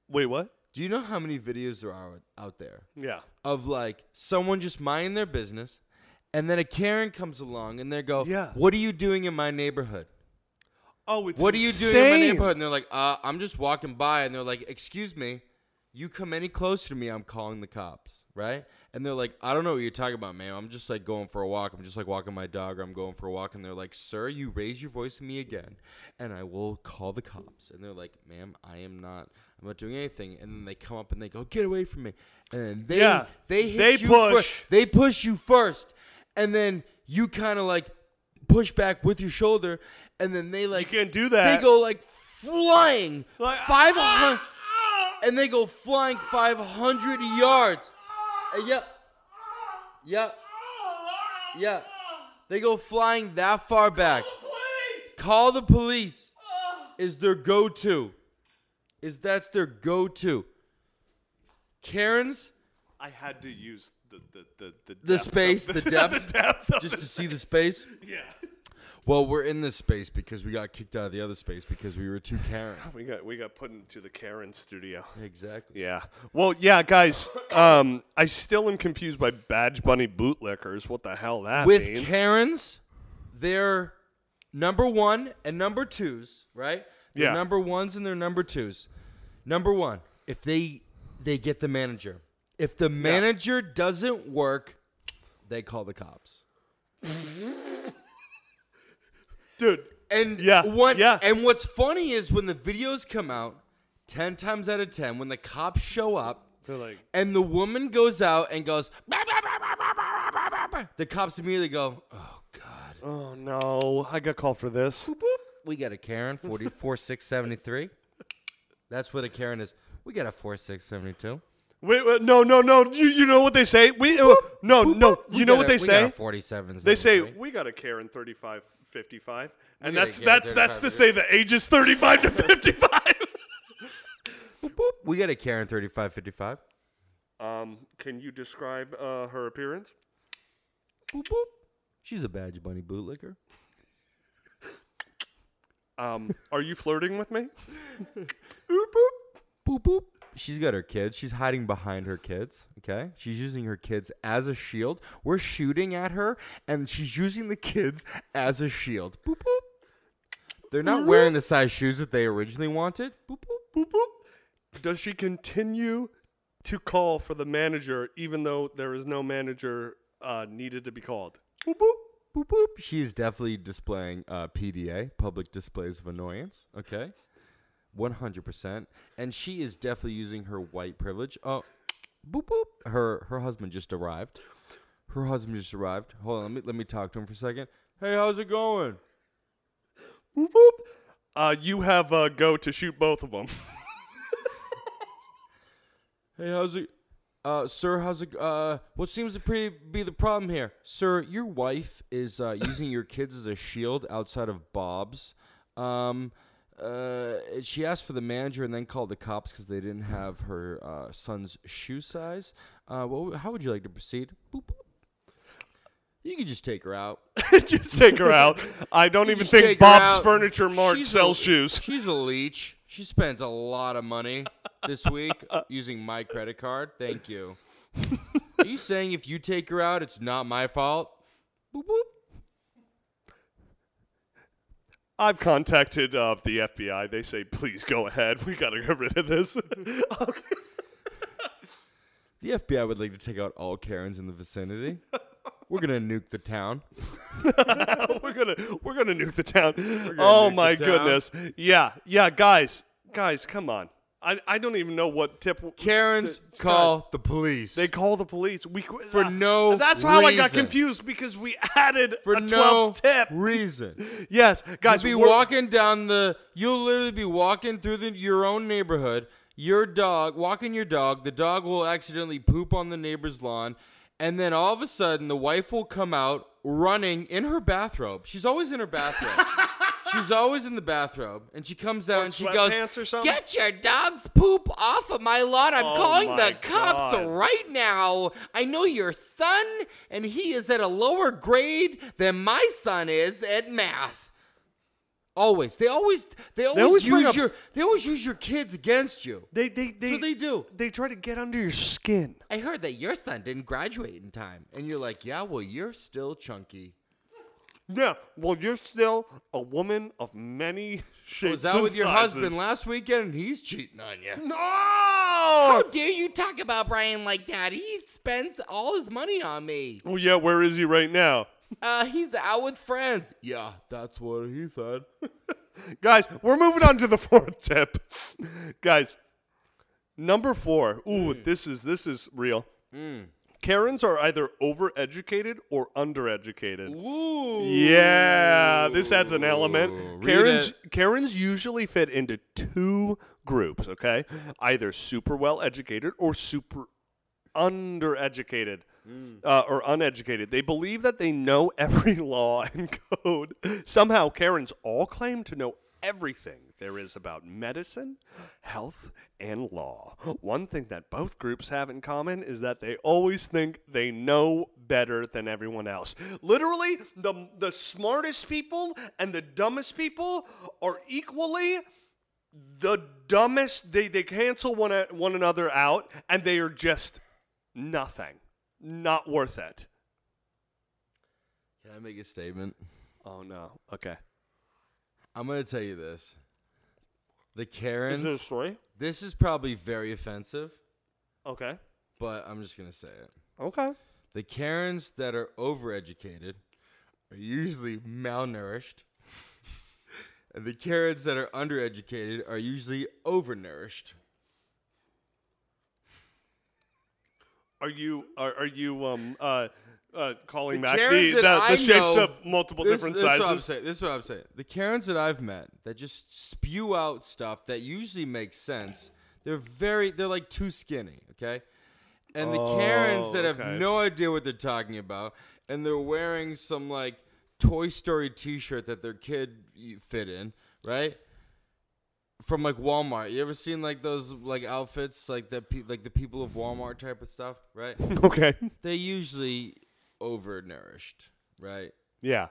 Wait, what?
Do you know how many videos there are out there?
Yeah.
of like someone just minding their business, and then a Karen comes along and they go,
Yeah.
what are you doing in my neighborhood?
Oh, it's
What are you
insane.
doing in my neighborhood?" And they're like, uh, I'm just walking by, and they're like, excuse me, you come any closer to me, I'm calling the cops, right? And they're like, I don't know what you're talking about, ma'am. I'm just like going for a walk. I'm just like walking my dog, or I'm going for a walk. And they're like, sir, you raise your voice to me again, and I will call the cops. And they're like, ma'am, I am not. I'm not doing anything, and then they come up and they go, "Get away from me!" And then they
Yeah.
they hit
They
you fir-
push.
they push you first, and then you kind of like push back with your shoulder, and then they like
can't do that.
They go like flying
Like,
five hundred,
ah!
and they go flying five hundred yards. Uh, yep, yep, yep. They go flying that far back. Call the police is their go-to. Is that's their go-to. Karens
I had to use the the the the,
The
depth of
space, the depth,
the depth of
just
the-
to see the space.
Yeah.
Well, we're in this space because we got kicked out of the other space because we were too Karen.
We got we got put into the Karen studio.
Exactly.
Yeah. Well, yeah, guys. Um, I still am confused by Badge Bunny bootlickers. What the hell that
With
means?
Karens, they're number one and number twos, right? They're
Yeah.
Number ones and they're number twos. Number one, if they they get the manager. If the manager doesn't work, they call the cops.
Dude.
And
Yeah,
one,
yeah.
And what's funny is when the videos come out, ten times out of ten, when the cops show up,
They're like,
and the woman goes out and goes, "Bah, bah, bah, bah, bah, bah, bah, bah, bah," the cops immediately go, oh god,
Oh no, I got called for this.
We got a Karen, 44673. That's what a Karen is. We got a 4672.
Wait, wait, no, no, no. You, you know what they say? We uh, no, no. You know what they say? They say we got a Karen 35 55. And
got a
that's
Karen
that's that's to
35.
say the age is 35 to 55.
we got a Karen 3555.
um, can you describe uh, her appearance?
Boop, boop. She's a badge bunny bootlicker.
Um, are you flirting with me?
Boop, boop. She's got her kids. She's hiding behind her kids. Okay. She's using her kids as a shield. We're shooting at her, and she's using the kids as a shield. Boop, boop. They're not wearing the size shoes that they originally wanted. Boop, boop.
Boop, boop. Does she continue to call for the manager even though there is no manager uh, needed to be called?
Boop, boop. Boop, boop. She is definitely displaying uh, PDA, public displays of annoyance. Okay. 100%. And she is definitely using her white privilege. Oh, boop, boop. Her, her husband just arrived. Her husband just arrived. Hold on. Let me, let me talk to him for a second. Hey, how's it going?
Boop, boop. Uh, you have uh, go to shoot both of them.
Hey, how's it? Uh, sir, how's it? Uh, what seems to pre- be the problem here, sir? Your wife is uh, using your kids as a shield outside of Bob's. Um, uh, she asked for the manager and then called the cops because they didn't have her uh, son's shoe size. Uh, well, how would you like to proceed? Boop, boop. You can just take her out.
just take her out. I don't even
Just
think
take her
Bob's
out.
Furniture Mart
She's a-
sells shoes.
She's a leech. She spent a lot of money this week using my credit card. Thank you. Are you saying if you take her out, it's not my fault? Boop boop.
I've contacted uh, the FBI. They say, please go ahead. We got to get rid of this. okay.
The FBI would like to take out all Karens in the vicinity. We're gonna nuke the town.
we're gonna we're gonna nuke the town.
gonna
Oh
nuke the
my
town.
goodness. Yeah, yeah, guys, guys, come on. I, I don't even know what tip.
Karens
T-
call the police.
They call the police. We uh,
For no
That's how I got
reason.
confused because we added
for
a
no
12th tip.
reason.
yes, guys,
You'll be
we're-
walking down the. You'll literally be walking through the, your own neighborhood. Your dog walking your dog. The dog will accidentally poop on the neighbor's lawn, and then all of a sudden, the wife will come out running in her bathrobe. She's always in her bathrobe. She's always in the bathrobe, and she comes out and she goes,
sweatpants or something?
"Get your dog's poop off of my lawn! I'm
Oh
calling
my
the cops
God.
right now. I know your son, and he is at a lower grade than my son is at math." Always. They always they always,
always bring
use
up-
your they always use your kids against you.
They they they,
So they do.
They try to get under your skin.
I heard that your son didn't graduate in time. And you're like, yeah, well, you're still chunky.
Yeah. Well, you're still a woman of many shapes.
Was out
and
with your
sizes.
husband last weekend and he's cheating on you.
No.
dare you talk about Brian like that? He spends all his money on me.
Well, yeah. Where is he right now,
Uh, he's out with friends. Yeah, that's what he said.
guys? We're moving on to the fourth tip, guys. Number four. Ooh, this is this is real. Karens are either overeducated or undereducated.
Woo.
Yeah, this adds an element.
Ooh, read
Karens Karens usually fit into two groups, okay? Either super well educated or super undereducated. Uh, or uneducated. They believe that they know every law and code. Somehow, Karens all claim to know everything there is about medicine, health, and law. One thing that both groups have in common is that they always think they know better than everyone else. Literally, the, the smartest people and the dumbest people are equally the dumbest. They, they cancel one, a- one another out, and they are just nothing. Not worth it.
Can I make a statement?
Oh, no. Okay.
I'm going to tell you this. The Karens.
story?
This is probably very offensive,
Okay.
but I'm just going to say it.
Okay.
The Karens that are overeducated are usually malnourished, and the Karens that are undereducated are usually overnourished.
Are you are, are you um uh uh, calling
The
Mac the,
Karens
the,
that I
the shapes
know-
of multiple
this,
different
this Is what I'm
sizes.
saying. This is what I'm saying. The Karens that I've met that just spew out stuff that usually makes sense. They're very. They're like too skinny. Okay. And the Karens
Oh,
that have
okay.
no idea what they're talking about, and they're wearing some like Toy Story T-shirt that their kid y- fit in, right? From like Walmart. You ever seen like those like outfits like that pe- like the people of Walmart type of stuff, right?
Okay.
they're usually overnourished, right?
Yeah.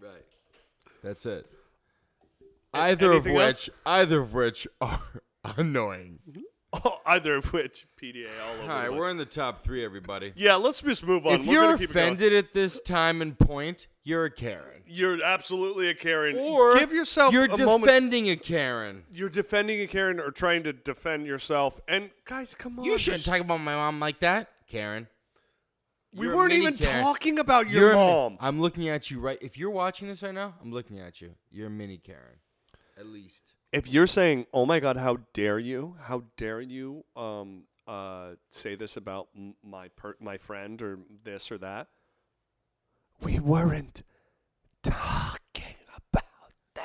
Right. That's it. Either of
anything
which,
else?
either of which are annoying.
Oh, either of which PDA all over.
All
the
right,
place.
we're in the top three, everybody.
yeah, let's just move on.
If
we're
you're
gonna keep it going.
offended at this time and point, you're a Karen.
you're absolutely a Karen.
Or
give yourself
you're
a moment.
defending a Karen.
You're defending a Karen or trying to defend yourself. And guys, come on.
You shouldn't
just-
talk about my mom like that, Karen.
We
You're a
weren't
mini
even
Karen.
talking about your
You're a mi-
mom.
I'm looking at you right. If you're watching this right now, I'm looking at you. You're a mini Karen, at least.
if you're saying, "Oh my God, how dare you? How dare you um, uh, say this about m- my per- my friend or this or that?" We weren't talking about them,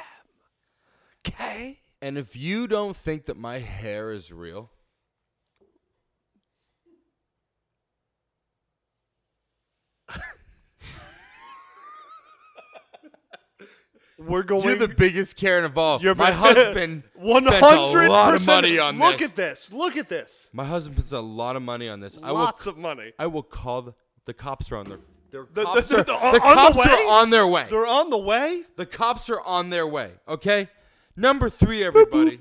okay?
And if you don't think that my hair is real,
We're going.
You're the biggest Karen of all.
You're
my husband
One
spent
hundred
a lot of money on
Look
this.
at this. Look at this.
my husband puts a lot of money on this. I will.
Lots of money.
I will call the, the cops are on their. Their
The-
cops,
the- the-
are, the,
on- on the
cops
way?
are on their way.
They're on the way.
The cops are on their way. Okay. Number three, everybody.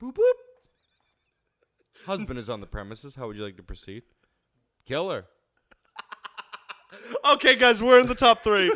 boop boop. Husband is on the premises. How would you like to proceed? Kill her.
Okay, guys, we're in the top three.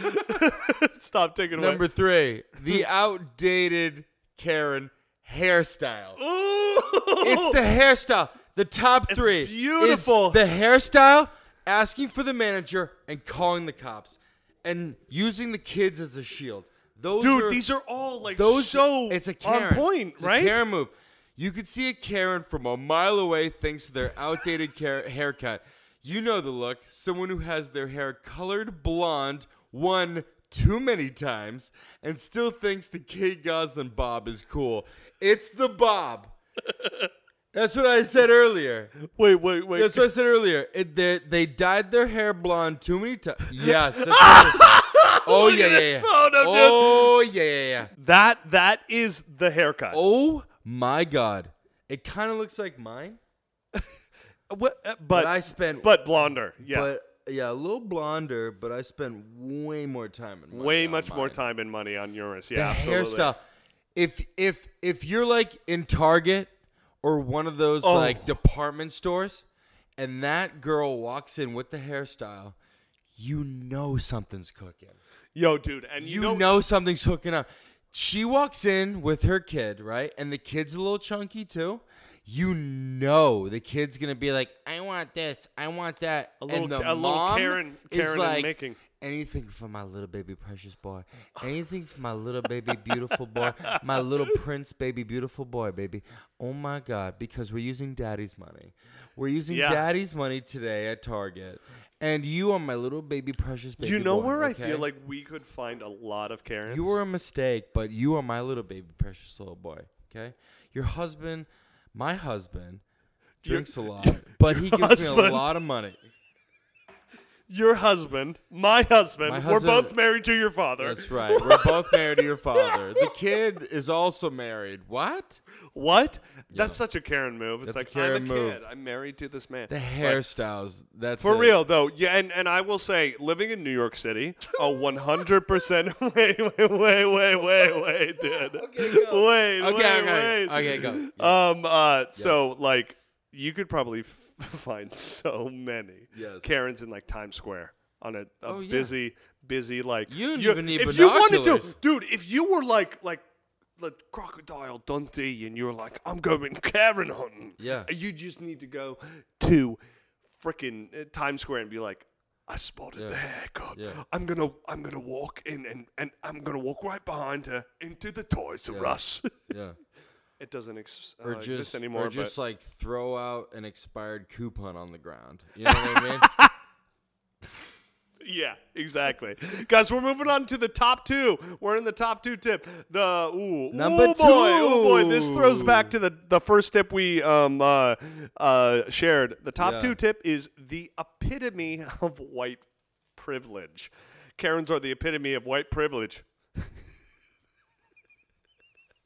Stop taking away.
Number three, the outdated Karen hairstyle. It's the hairstyle. The top three. is
beautiful.
the hairstyle, asking for the manager, and calling the cops, and using the kids as a shield. Those
Dude,
are,
these are all like
those.
so
it's a Karen.
on point,
It's a
right?
Karen move. You could see a Karen from a mile away thanks to their outdated care, haircut. You know the look. Someone who has their hair colored blonde one too many times and still thinks the Kate Goslin bob is cool. It's the bob. That's what I said earlier.
Wait, wait, wait.
That's what I said earlier. It, they, they dyed their hair blonde too many times. Yes. that's what- oh
Look
yeah,
at
yeah,
this
yeah.
photo, dude.
oh yeah, yeah, yeah.
that that is the haircut.
Oh my god. It kind of looks like mine,
What- uh, but
but I spent
but blonder. Yeah.
but yeah, a little blonder, but I spent way more time in mine
Way
than
much
on
more
mine.
time and money on yours. Yeah,
The
absolutely.
hairstyle. If if if you're like in Target or one of those
Oh.
like department stores and that girl walks in with the hairstyle, you know something's cooking.
Yo, dude, and you,
you know, something's hooking up. She walks in with her kid, right? And the kid's a little chunky too. You know the kid's gonna be like, "I want this, I want that." A
little-
and the
a little
mom
Karen-
is
Karen in the
like,
making.
Anything for my little baby precious boy. Anything for my little baby beautiful boy. My little prince baby beautiful boy, baby. Oh my god, because we're using daddy's money. We're using
Yeah.
daddy's money today at Target. And you are my little baby precious baby
you know
boy,
where I
okay?
feel like we could find a lot of Karens.
You were a mistake, but you are my little baby, precious little boy. Okay, your husband, my husband,
Your-
drinks a lot, but he
your
gives me a
husband-
lot of money.
your husband, my husband.
My
We're
husband-
both married to your father.
That's right. We're both married to your father. The kid is also married. What?
What? That's such a Karen move. It's
That's a
like I'm
Karen
a
move.
kid. I'm married to this man.
The
But-
hairstyles. That's
For
it.
real though, yeah, and, and I will say, living in New York City, a one hundred percent. Wait, wait, wait, wait, wait, wait, dude.
go.
Wait, wait,
Okay, okay,
wait.
okay, go.
Um, uh, so like, you could probably f- find so many
Yes.
Karens in like Times Square on a, a
Oh, yeah.
busy, busy like.
You don't even need
if you wanted to,
binoculars.
dude. If you were like like. Like crocodile Dundee, and you were like, "I'm going Karen hunting."
Yeah.
you just need to go to freaking uh, Times Square and be like, I spotted the haircut.
Yeah.
I'm gonna I'm gonna walk in and, and I'm gonna walk right behind her into the Toys R Us.
Yeah.
It doesn't ex- uh,
or just
exist anymore.
or just
but
like throw out an expired coupon on the ground. You know what I mean?
yeah, exactly, guys. We're moving on to the top two. We're in the top two tip. The ooh,
Number
ooh, boy, ooh, boy.
two.
This throws back to the the first tip we um uh, uh shared. The top
Yeah.
two tip is the epitome of white privilege. Karens are the epitome of white privilege.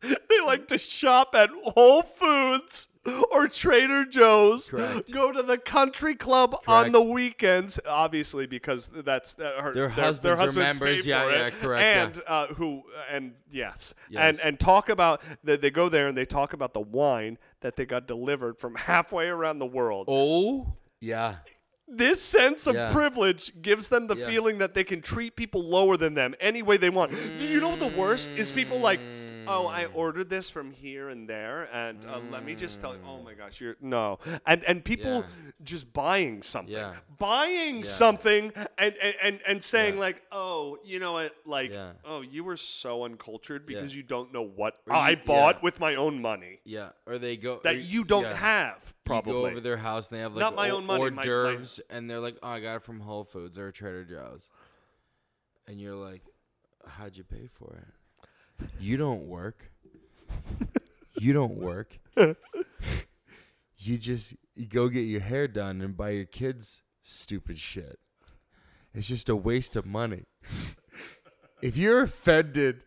they like to shop at Whole Foods or Trader Joe's.
Correct.
Go to the country club on
Correct.
the weekends, obviously because that's that her,
Their husbands are members.
pay
Yeah,
for
yeah,
it.
correct, yeah.
And uh, who and yes, and
Yes.
and talk about that they go there and they talk about the wine that they got delivered from halfway around the world.
oh, yeah.
This sense of
Yeah.
privilege gives them the
Yeah.
feeling that they can treat people lower than them any way they want. Do You know what the worst is? People like, oh,
Mm.
I ordered this from here and there, and uh, let me just tell you, oh my gosh, you're no, and and people
Yeah.
just buying something,
Yeah.
buying something, and and and, and saying like, oh, you know what, like,
Yeah.
oh, you were so uncultured
Yeah.
because you don't know what
you-
I bought
yeah.
with my own money
Yeah, or they go or-
that you don't
yeah.
have. Probably
You go over their house and they have like
Not my
o-
own money,
hors
my- my-
d'oeuvres, and they're like, "Oh, I got it from Whole Foods or Trader Joe's," and you're like, "How'd you pay for it? You don't work. you don't work. you just you go get your hair done and buy your kids stupid shit. It's just a waste of money. if you're offended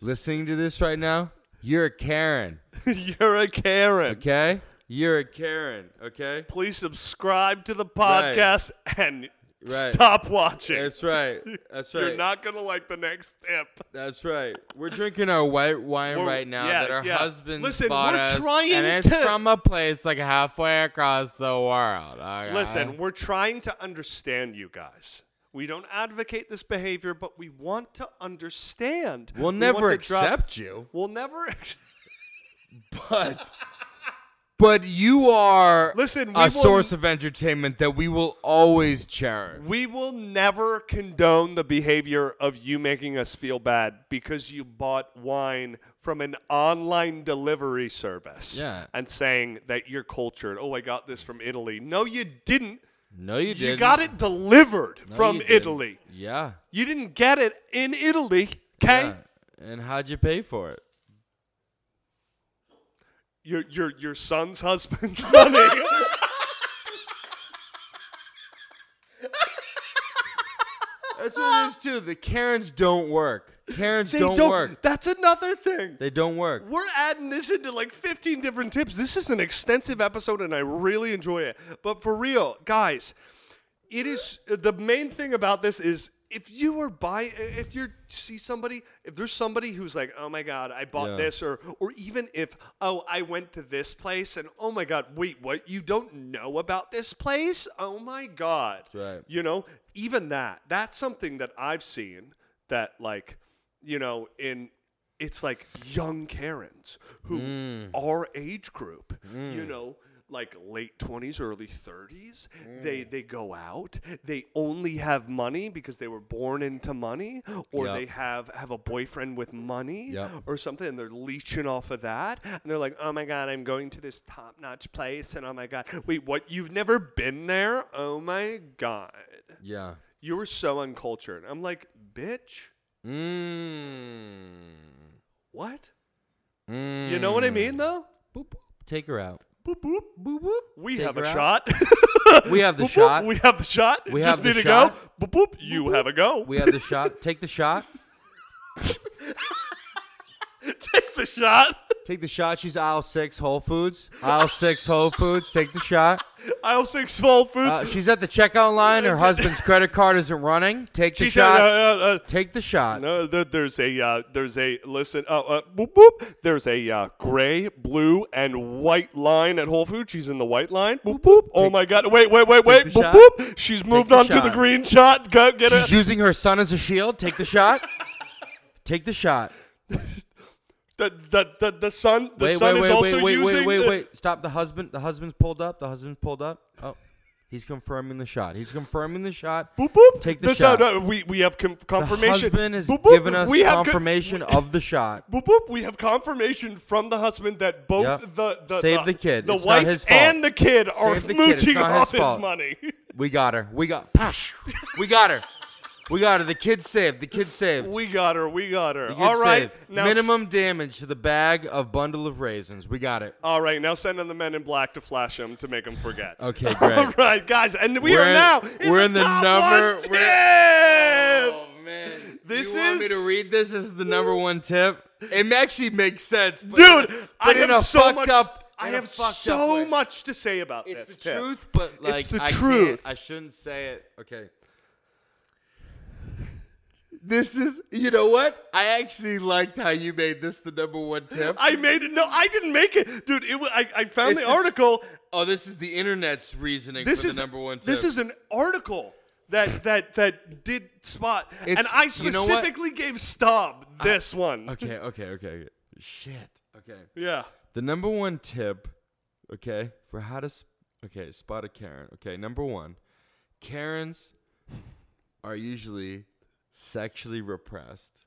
listening to this right now, you're a Karen."
You're a Karen.
Okay? You're a Karen, okay?
Please subscribe to the
Right.
podcast and
Right.
stop watching.
That's right. That's right.
You're not going to like the next step.
That's right. We're drinking our white wine
We're-
right now
yeah,
that our
yeah.
husbands
Listen,
bought
we're
us,
trying
and it's
to-
from a place like halfway across the world. okay?
Listen, we're trying to understand you guys. We don't advocate this behavior, but we want to understand.
we'll
We
never
want to drop-
accept you,
We'll never. Ex-
but but you are
Listen, we
a
will-
source of entertainment that we will always cherish.
we will never condone the behavior of you making us feel bad because you bought wine from an online delivery service
Yeah.
and saying that you're cultured. Oh, I got this from Italy. No, you didn't.
No, you
You
didn't.
got it delivered
No,
from
you didn't.
Italy.
Yeah.
You didn't get it in Italy, okay?
yeah. And how'd you pay for it?
Your your your son's husband's money.
That's what it is too. The Karens don't work. Karens
they
don't,
don't,
work.
That's another thing.
They don't work.
We're adding this into like 15 different tips. This is an extensive episode and I really enjoy it. But for real, guys, it is the main thing about this is if you were buy if you see somebody if there's somebody who's like oh my god i bought
Yeah.
this or or even if oh i went to this place and oh my god wait what you don't know about this place oh my god
Right.
you know even that that's something that i've seen that like you know in it's like young karens who our age group you know like late 20s early 30s they they go out they only have money because they were born into money or
Yep.
they have have a boyfriend with money
Yep.
or something and they're leeching off of that and they're like oh my god i'm going to this top-notch place and oh my god wait what you've never been there oh my god
Yeah.
you were so uncultured. I'm like, bitch, Mm.
Mmm.
what?
Mm.
You know what I mean, though?
Boop, boop. Take her out.
Boop, boop.
Boop boop.
We
Take
have a
her out.
shot.
We have the
Boop, boop.
shot.
We have the shot.
We
Just
have
need
the
to
shot.
go. Boop, boop. You have a go.
We have the shot. Take the shot.
Take the shot.
Take the shot. She's aisle six, Whole Foods. Aisle six, Whole Foods. Take the shot.
Aisle six, Whole Foods.
Uh, she's at the checkout line. Her husband's credit card isn't running. Take the
She said,
shot.
uh, uh, uh,
Take the shot.
no, there, there's a uh, there's a listen. Uh, uh, boop, boop. There's a uh, gray, blue, and white line at Whole Foods. She's in the white line. Boop boop. Oh my God! Wait, wait, wait, wait.
the
Boop
shot.
boop. She's moved
the
on to the
shot.
green shot. Go get it.
She's using her son as a shield. Take the shot. Take the shot.
The the the, the sun the
wait,
sun
wait,
is
wait,
also
wait, wait,
using
wait, wait,
the-
wait. Stop. The husband. The husband's pulled up. The husband's pulled up. Oh. He's confirming the shot. He's confirming the shot.
Boop boop.
Take the
That's
shot.
how- no, we we have com- confirmation.
The husband has
boop, boop.
given us
we have co-
confirmation of the shot.
Boop boop. We have confirmation from the husband that both
Yep.
the, the
Save the kid.
the
It's not
wife
his fault.
and the kid are
Save the kid. It's
mooching
not his
off his,
fault.
money.
We got her. We got. we got her. We got her. The kid's saved. The kid's saved.
we got her. We got her.
The kid's
All right.
saved.
Now s-
Minimum damage to the bag of bundle of raisins. We got it.
All right. Now send in the men in black to flash him to make him forget.
Okay,
All
great.
right, guys, and we are
We're in-
now. In
we're
the
in the
top
number-
One
we're-
tip.
Oh, man.
This
you want me
is-
to read this as the number one tip? It actually makes sense, but
dude.
but
I
in
have
a
so
fucked
much.
Up,
I
in a
have
fucked up
so
way.
much to say about
It's
this.
the
tip.
truth, but like
the
I can't-
truth.
I shouldn't say it. Okay. This is, you know what? I actually liked how you made this the number one tip.
I made it. No, I didn't make it, dude. It. wa- I, I found
It's
the
the-
article.
oh, this is the internet's reasoning
This
for
is
the number one tip.
This is an article that that that did spot, and
It's-
I
you know what? Uh,
specifically gave Staub this one.
okay, okay, okay. Shit. Okay.
Yeah.
The number one tip, okay, for how to sp- okay spot a Karen. Okay, number one, Karens are usually sexually repressed.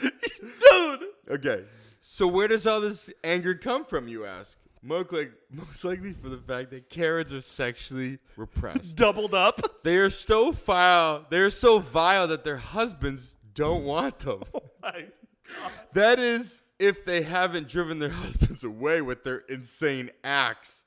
Dude.
Okay. So where does all this anger come from, you ask? Most, like, most likely for the fact that Karens are sexually repressed.
Doubled up.
they are so vile. They are so vile that their husbands don't want them.
I-
That is if they haven't driven their husbands away with their insane acts.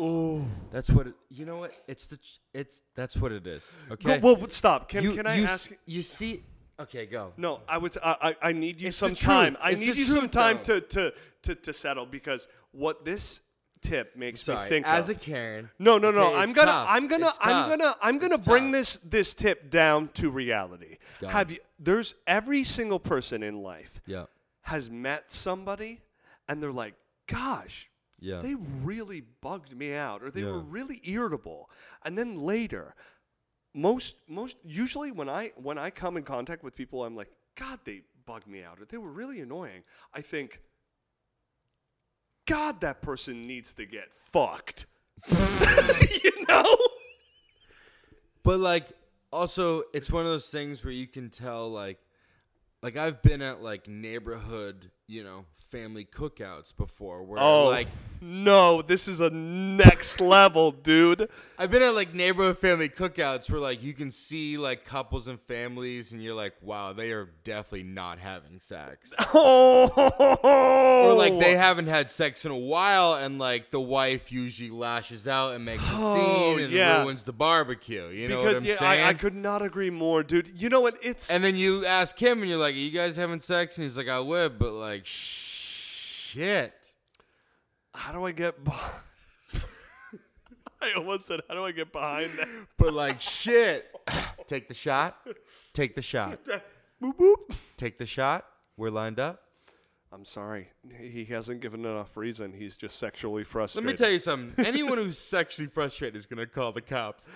Oh, that's what it, you know. What it's the ch- it's that's what it is. Okay.
Well, well, stop. Can
you,
can I
you
ask?
s- You see? Okay, go.
No, I was. I, I, I need you
It's the
some
truth.
time. I
It's
need
the
you some
truth,
time
though.
to, to to to settle because what this tip makes me
Sorry.
think
As
of-
a Karen.
No, no, no.
okay,
I'm
it's
gonna,
tough.
I'm gonna,
It's
I'm
tough.
gonna, I'm gonna
It's
bring
tough.
this this tip down to reality.
Got
Have
it.
you? There's every single person in life
Yeah.
has met somebody, and they're like, "Gosh,
Yeah.
they really bugged me out, or they were
Yeah.
really irritable," and then later, most most usually when I when I come in contact with people, I'm like, God, they bugged me out, or they were really annoying. I think, God, that person needs to get fucked. you know?
But like, also, it's one of those things where you can tell, like, like I've been at like neighborhood, you know, family cookouts before, where
Oh.
like
no, this is a next level, dude.
I've been at like neighborhood family cookouts where like you can see like couples and families, and you're like, wow, they are definitely not having sex.
Oh,
Or like they haven't had sex in a while, and like the wife usually lashes out and makes a
Oh,
scene and
yeah.
ruins the barbecue. You know
because
what I'm
yeah,
saying?
I, I could not agree more, dude. You know what? It's
And then you ask him, and you're like, "Are you guys having sex?" And he's like, "I would, but like, shit."
how do I get? By- I almost said, how do I get behind that?
But like, shit. Take the shot. Take the shot.
Boop, boop.
Take the shot. We're lined up.
I'm sorry. He hasn't given enough reason. He's just sexually frustrated.
Let me tell you something. Anyone who's sexually frustrated is gonna call the cops.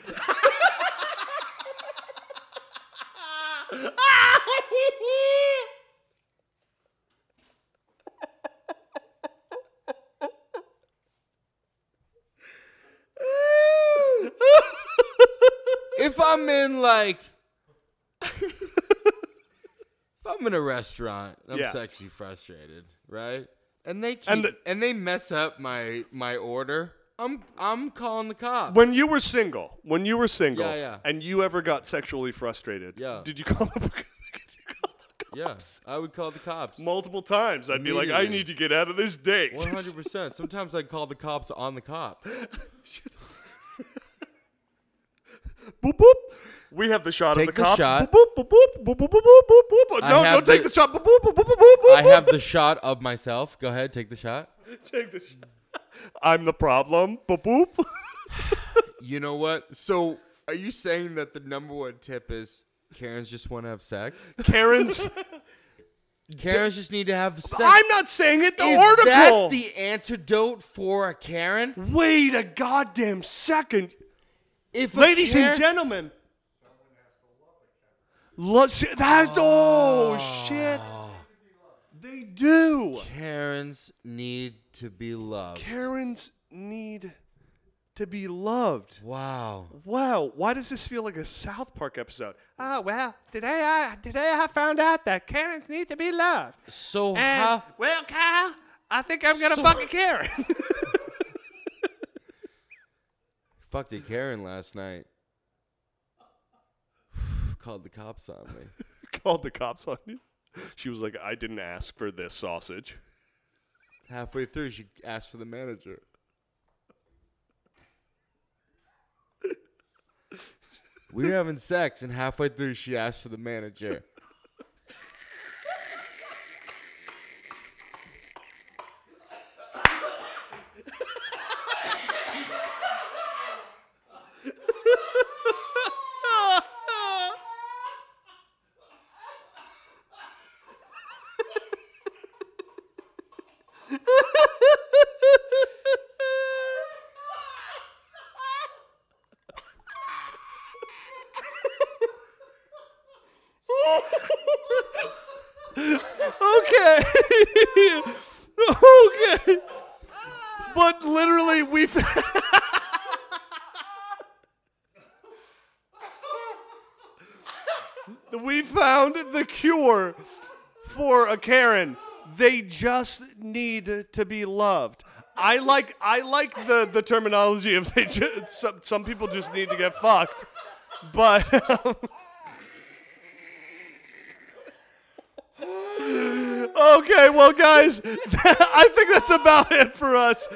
if I'm in like, if I'm in a restaurant, I'm
Yeah.
sexually frustrated, right? And they keep,
And
and,
the-
they mess up my my order. I'm I'm calling the cops.
When you were single, when you were single,
Yeah, yeah.
and you ever got sexually frustrated,
Yeah.
did you call the, did you call the cops?
Yes, I would call the cops.
Multiple times. I'd be like, I
Immediately.
need to get out of this date.
One hundred percent. Sometimes I call the cops on the cops.
boop, boop. We have the shot
Take
of the
the
cop.
shot.
Boop, boop, boop, boop, boop, boop, boop, boop, boop.
I
No,
have
don't take
the-
the shot. Boop, boop, boop, boop, boop, boop,
I have the shot of myself. Go ahead, take the shot.
boop. Take the shot. I'm the problem. Boop, boop.
You know what? So, are you saying that the number one tip is Karens just want to have sex?
Karen's.
Karens just need to have sex.
I'm not saying it. The
is
article.
that the antidote for a Karen?
Wait a goddamn second.
If a
Ladies
Karen-
and gentlemen. Let's, that, oh, shit. They do.
Karens need to be loved.
Karens need to be loved.
Wow.
Wow, why does this feel like a South Park episode? Oh well, today I today I found out that Karens need to be loved.
So
And,
how?
well, Kyle, I think I'm gonna
So-
fuck a Karen.
Fucked a Karen last night. Called the cops on me.
Called the cops on you. She was like, I didn't ask for this sausage.
Halfway through, she asked for the manager. We were having sex, and halfway through, she asked for the manager.
Okay. okay. But literally, we've. we found the cure for a Karen. They just need to be loved. I like I like the, the terminology of they just, some some people just need to get fucked, but um, Okay, well, guys, I think that's about it for us.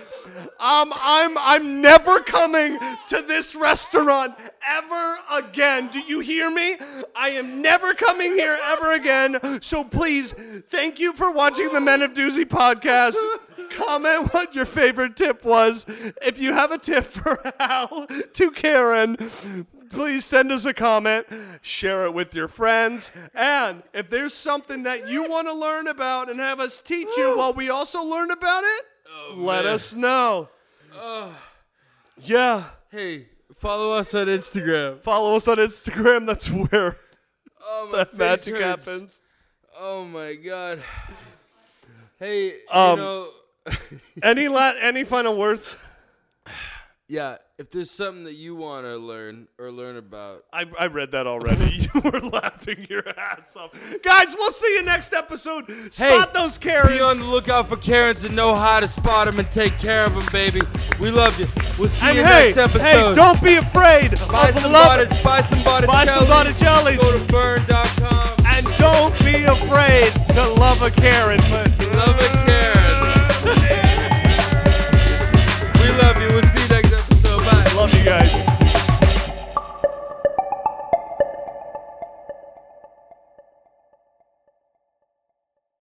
Um, I'm I'm never coming to this restaurant ever again. Do you hear me? I am never coming here ever again. So please, thank you for watching the Men of Doozy podcast. Comment what your favorite tip was. If you have a tip for Al to Karen, please send us a comment, share it with your friends, and if there's something that you want to learn about and have us teach you while we also learn about it, let
Oh, man.
us know. Yeah,
Hey, follow us on Instagram.
follow us on Instagram. That's where
Oh, my
that
face
magic
hurts.
happens.
Oh my god. Hey,
Um,
you know,
Any la- any final words?
yeah. If there's something that you want to learn or learn about,
I, I read that already. you were laughing your ass off. Guys, we'll see you next episode. Spot those Karens.
Be on the lookout for Karens and know how to spot them and take care of them, baby. We love you. We'll see
and
you
hey,
next episode.
hey, don't be afraid
buy
of
some
love.
bottage, buy some bottage,
Buy some Botticelli.
Go to burn.com.
And don't be afraid to love a Karen, but
Love and care.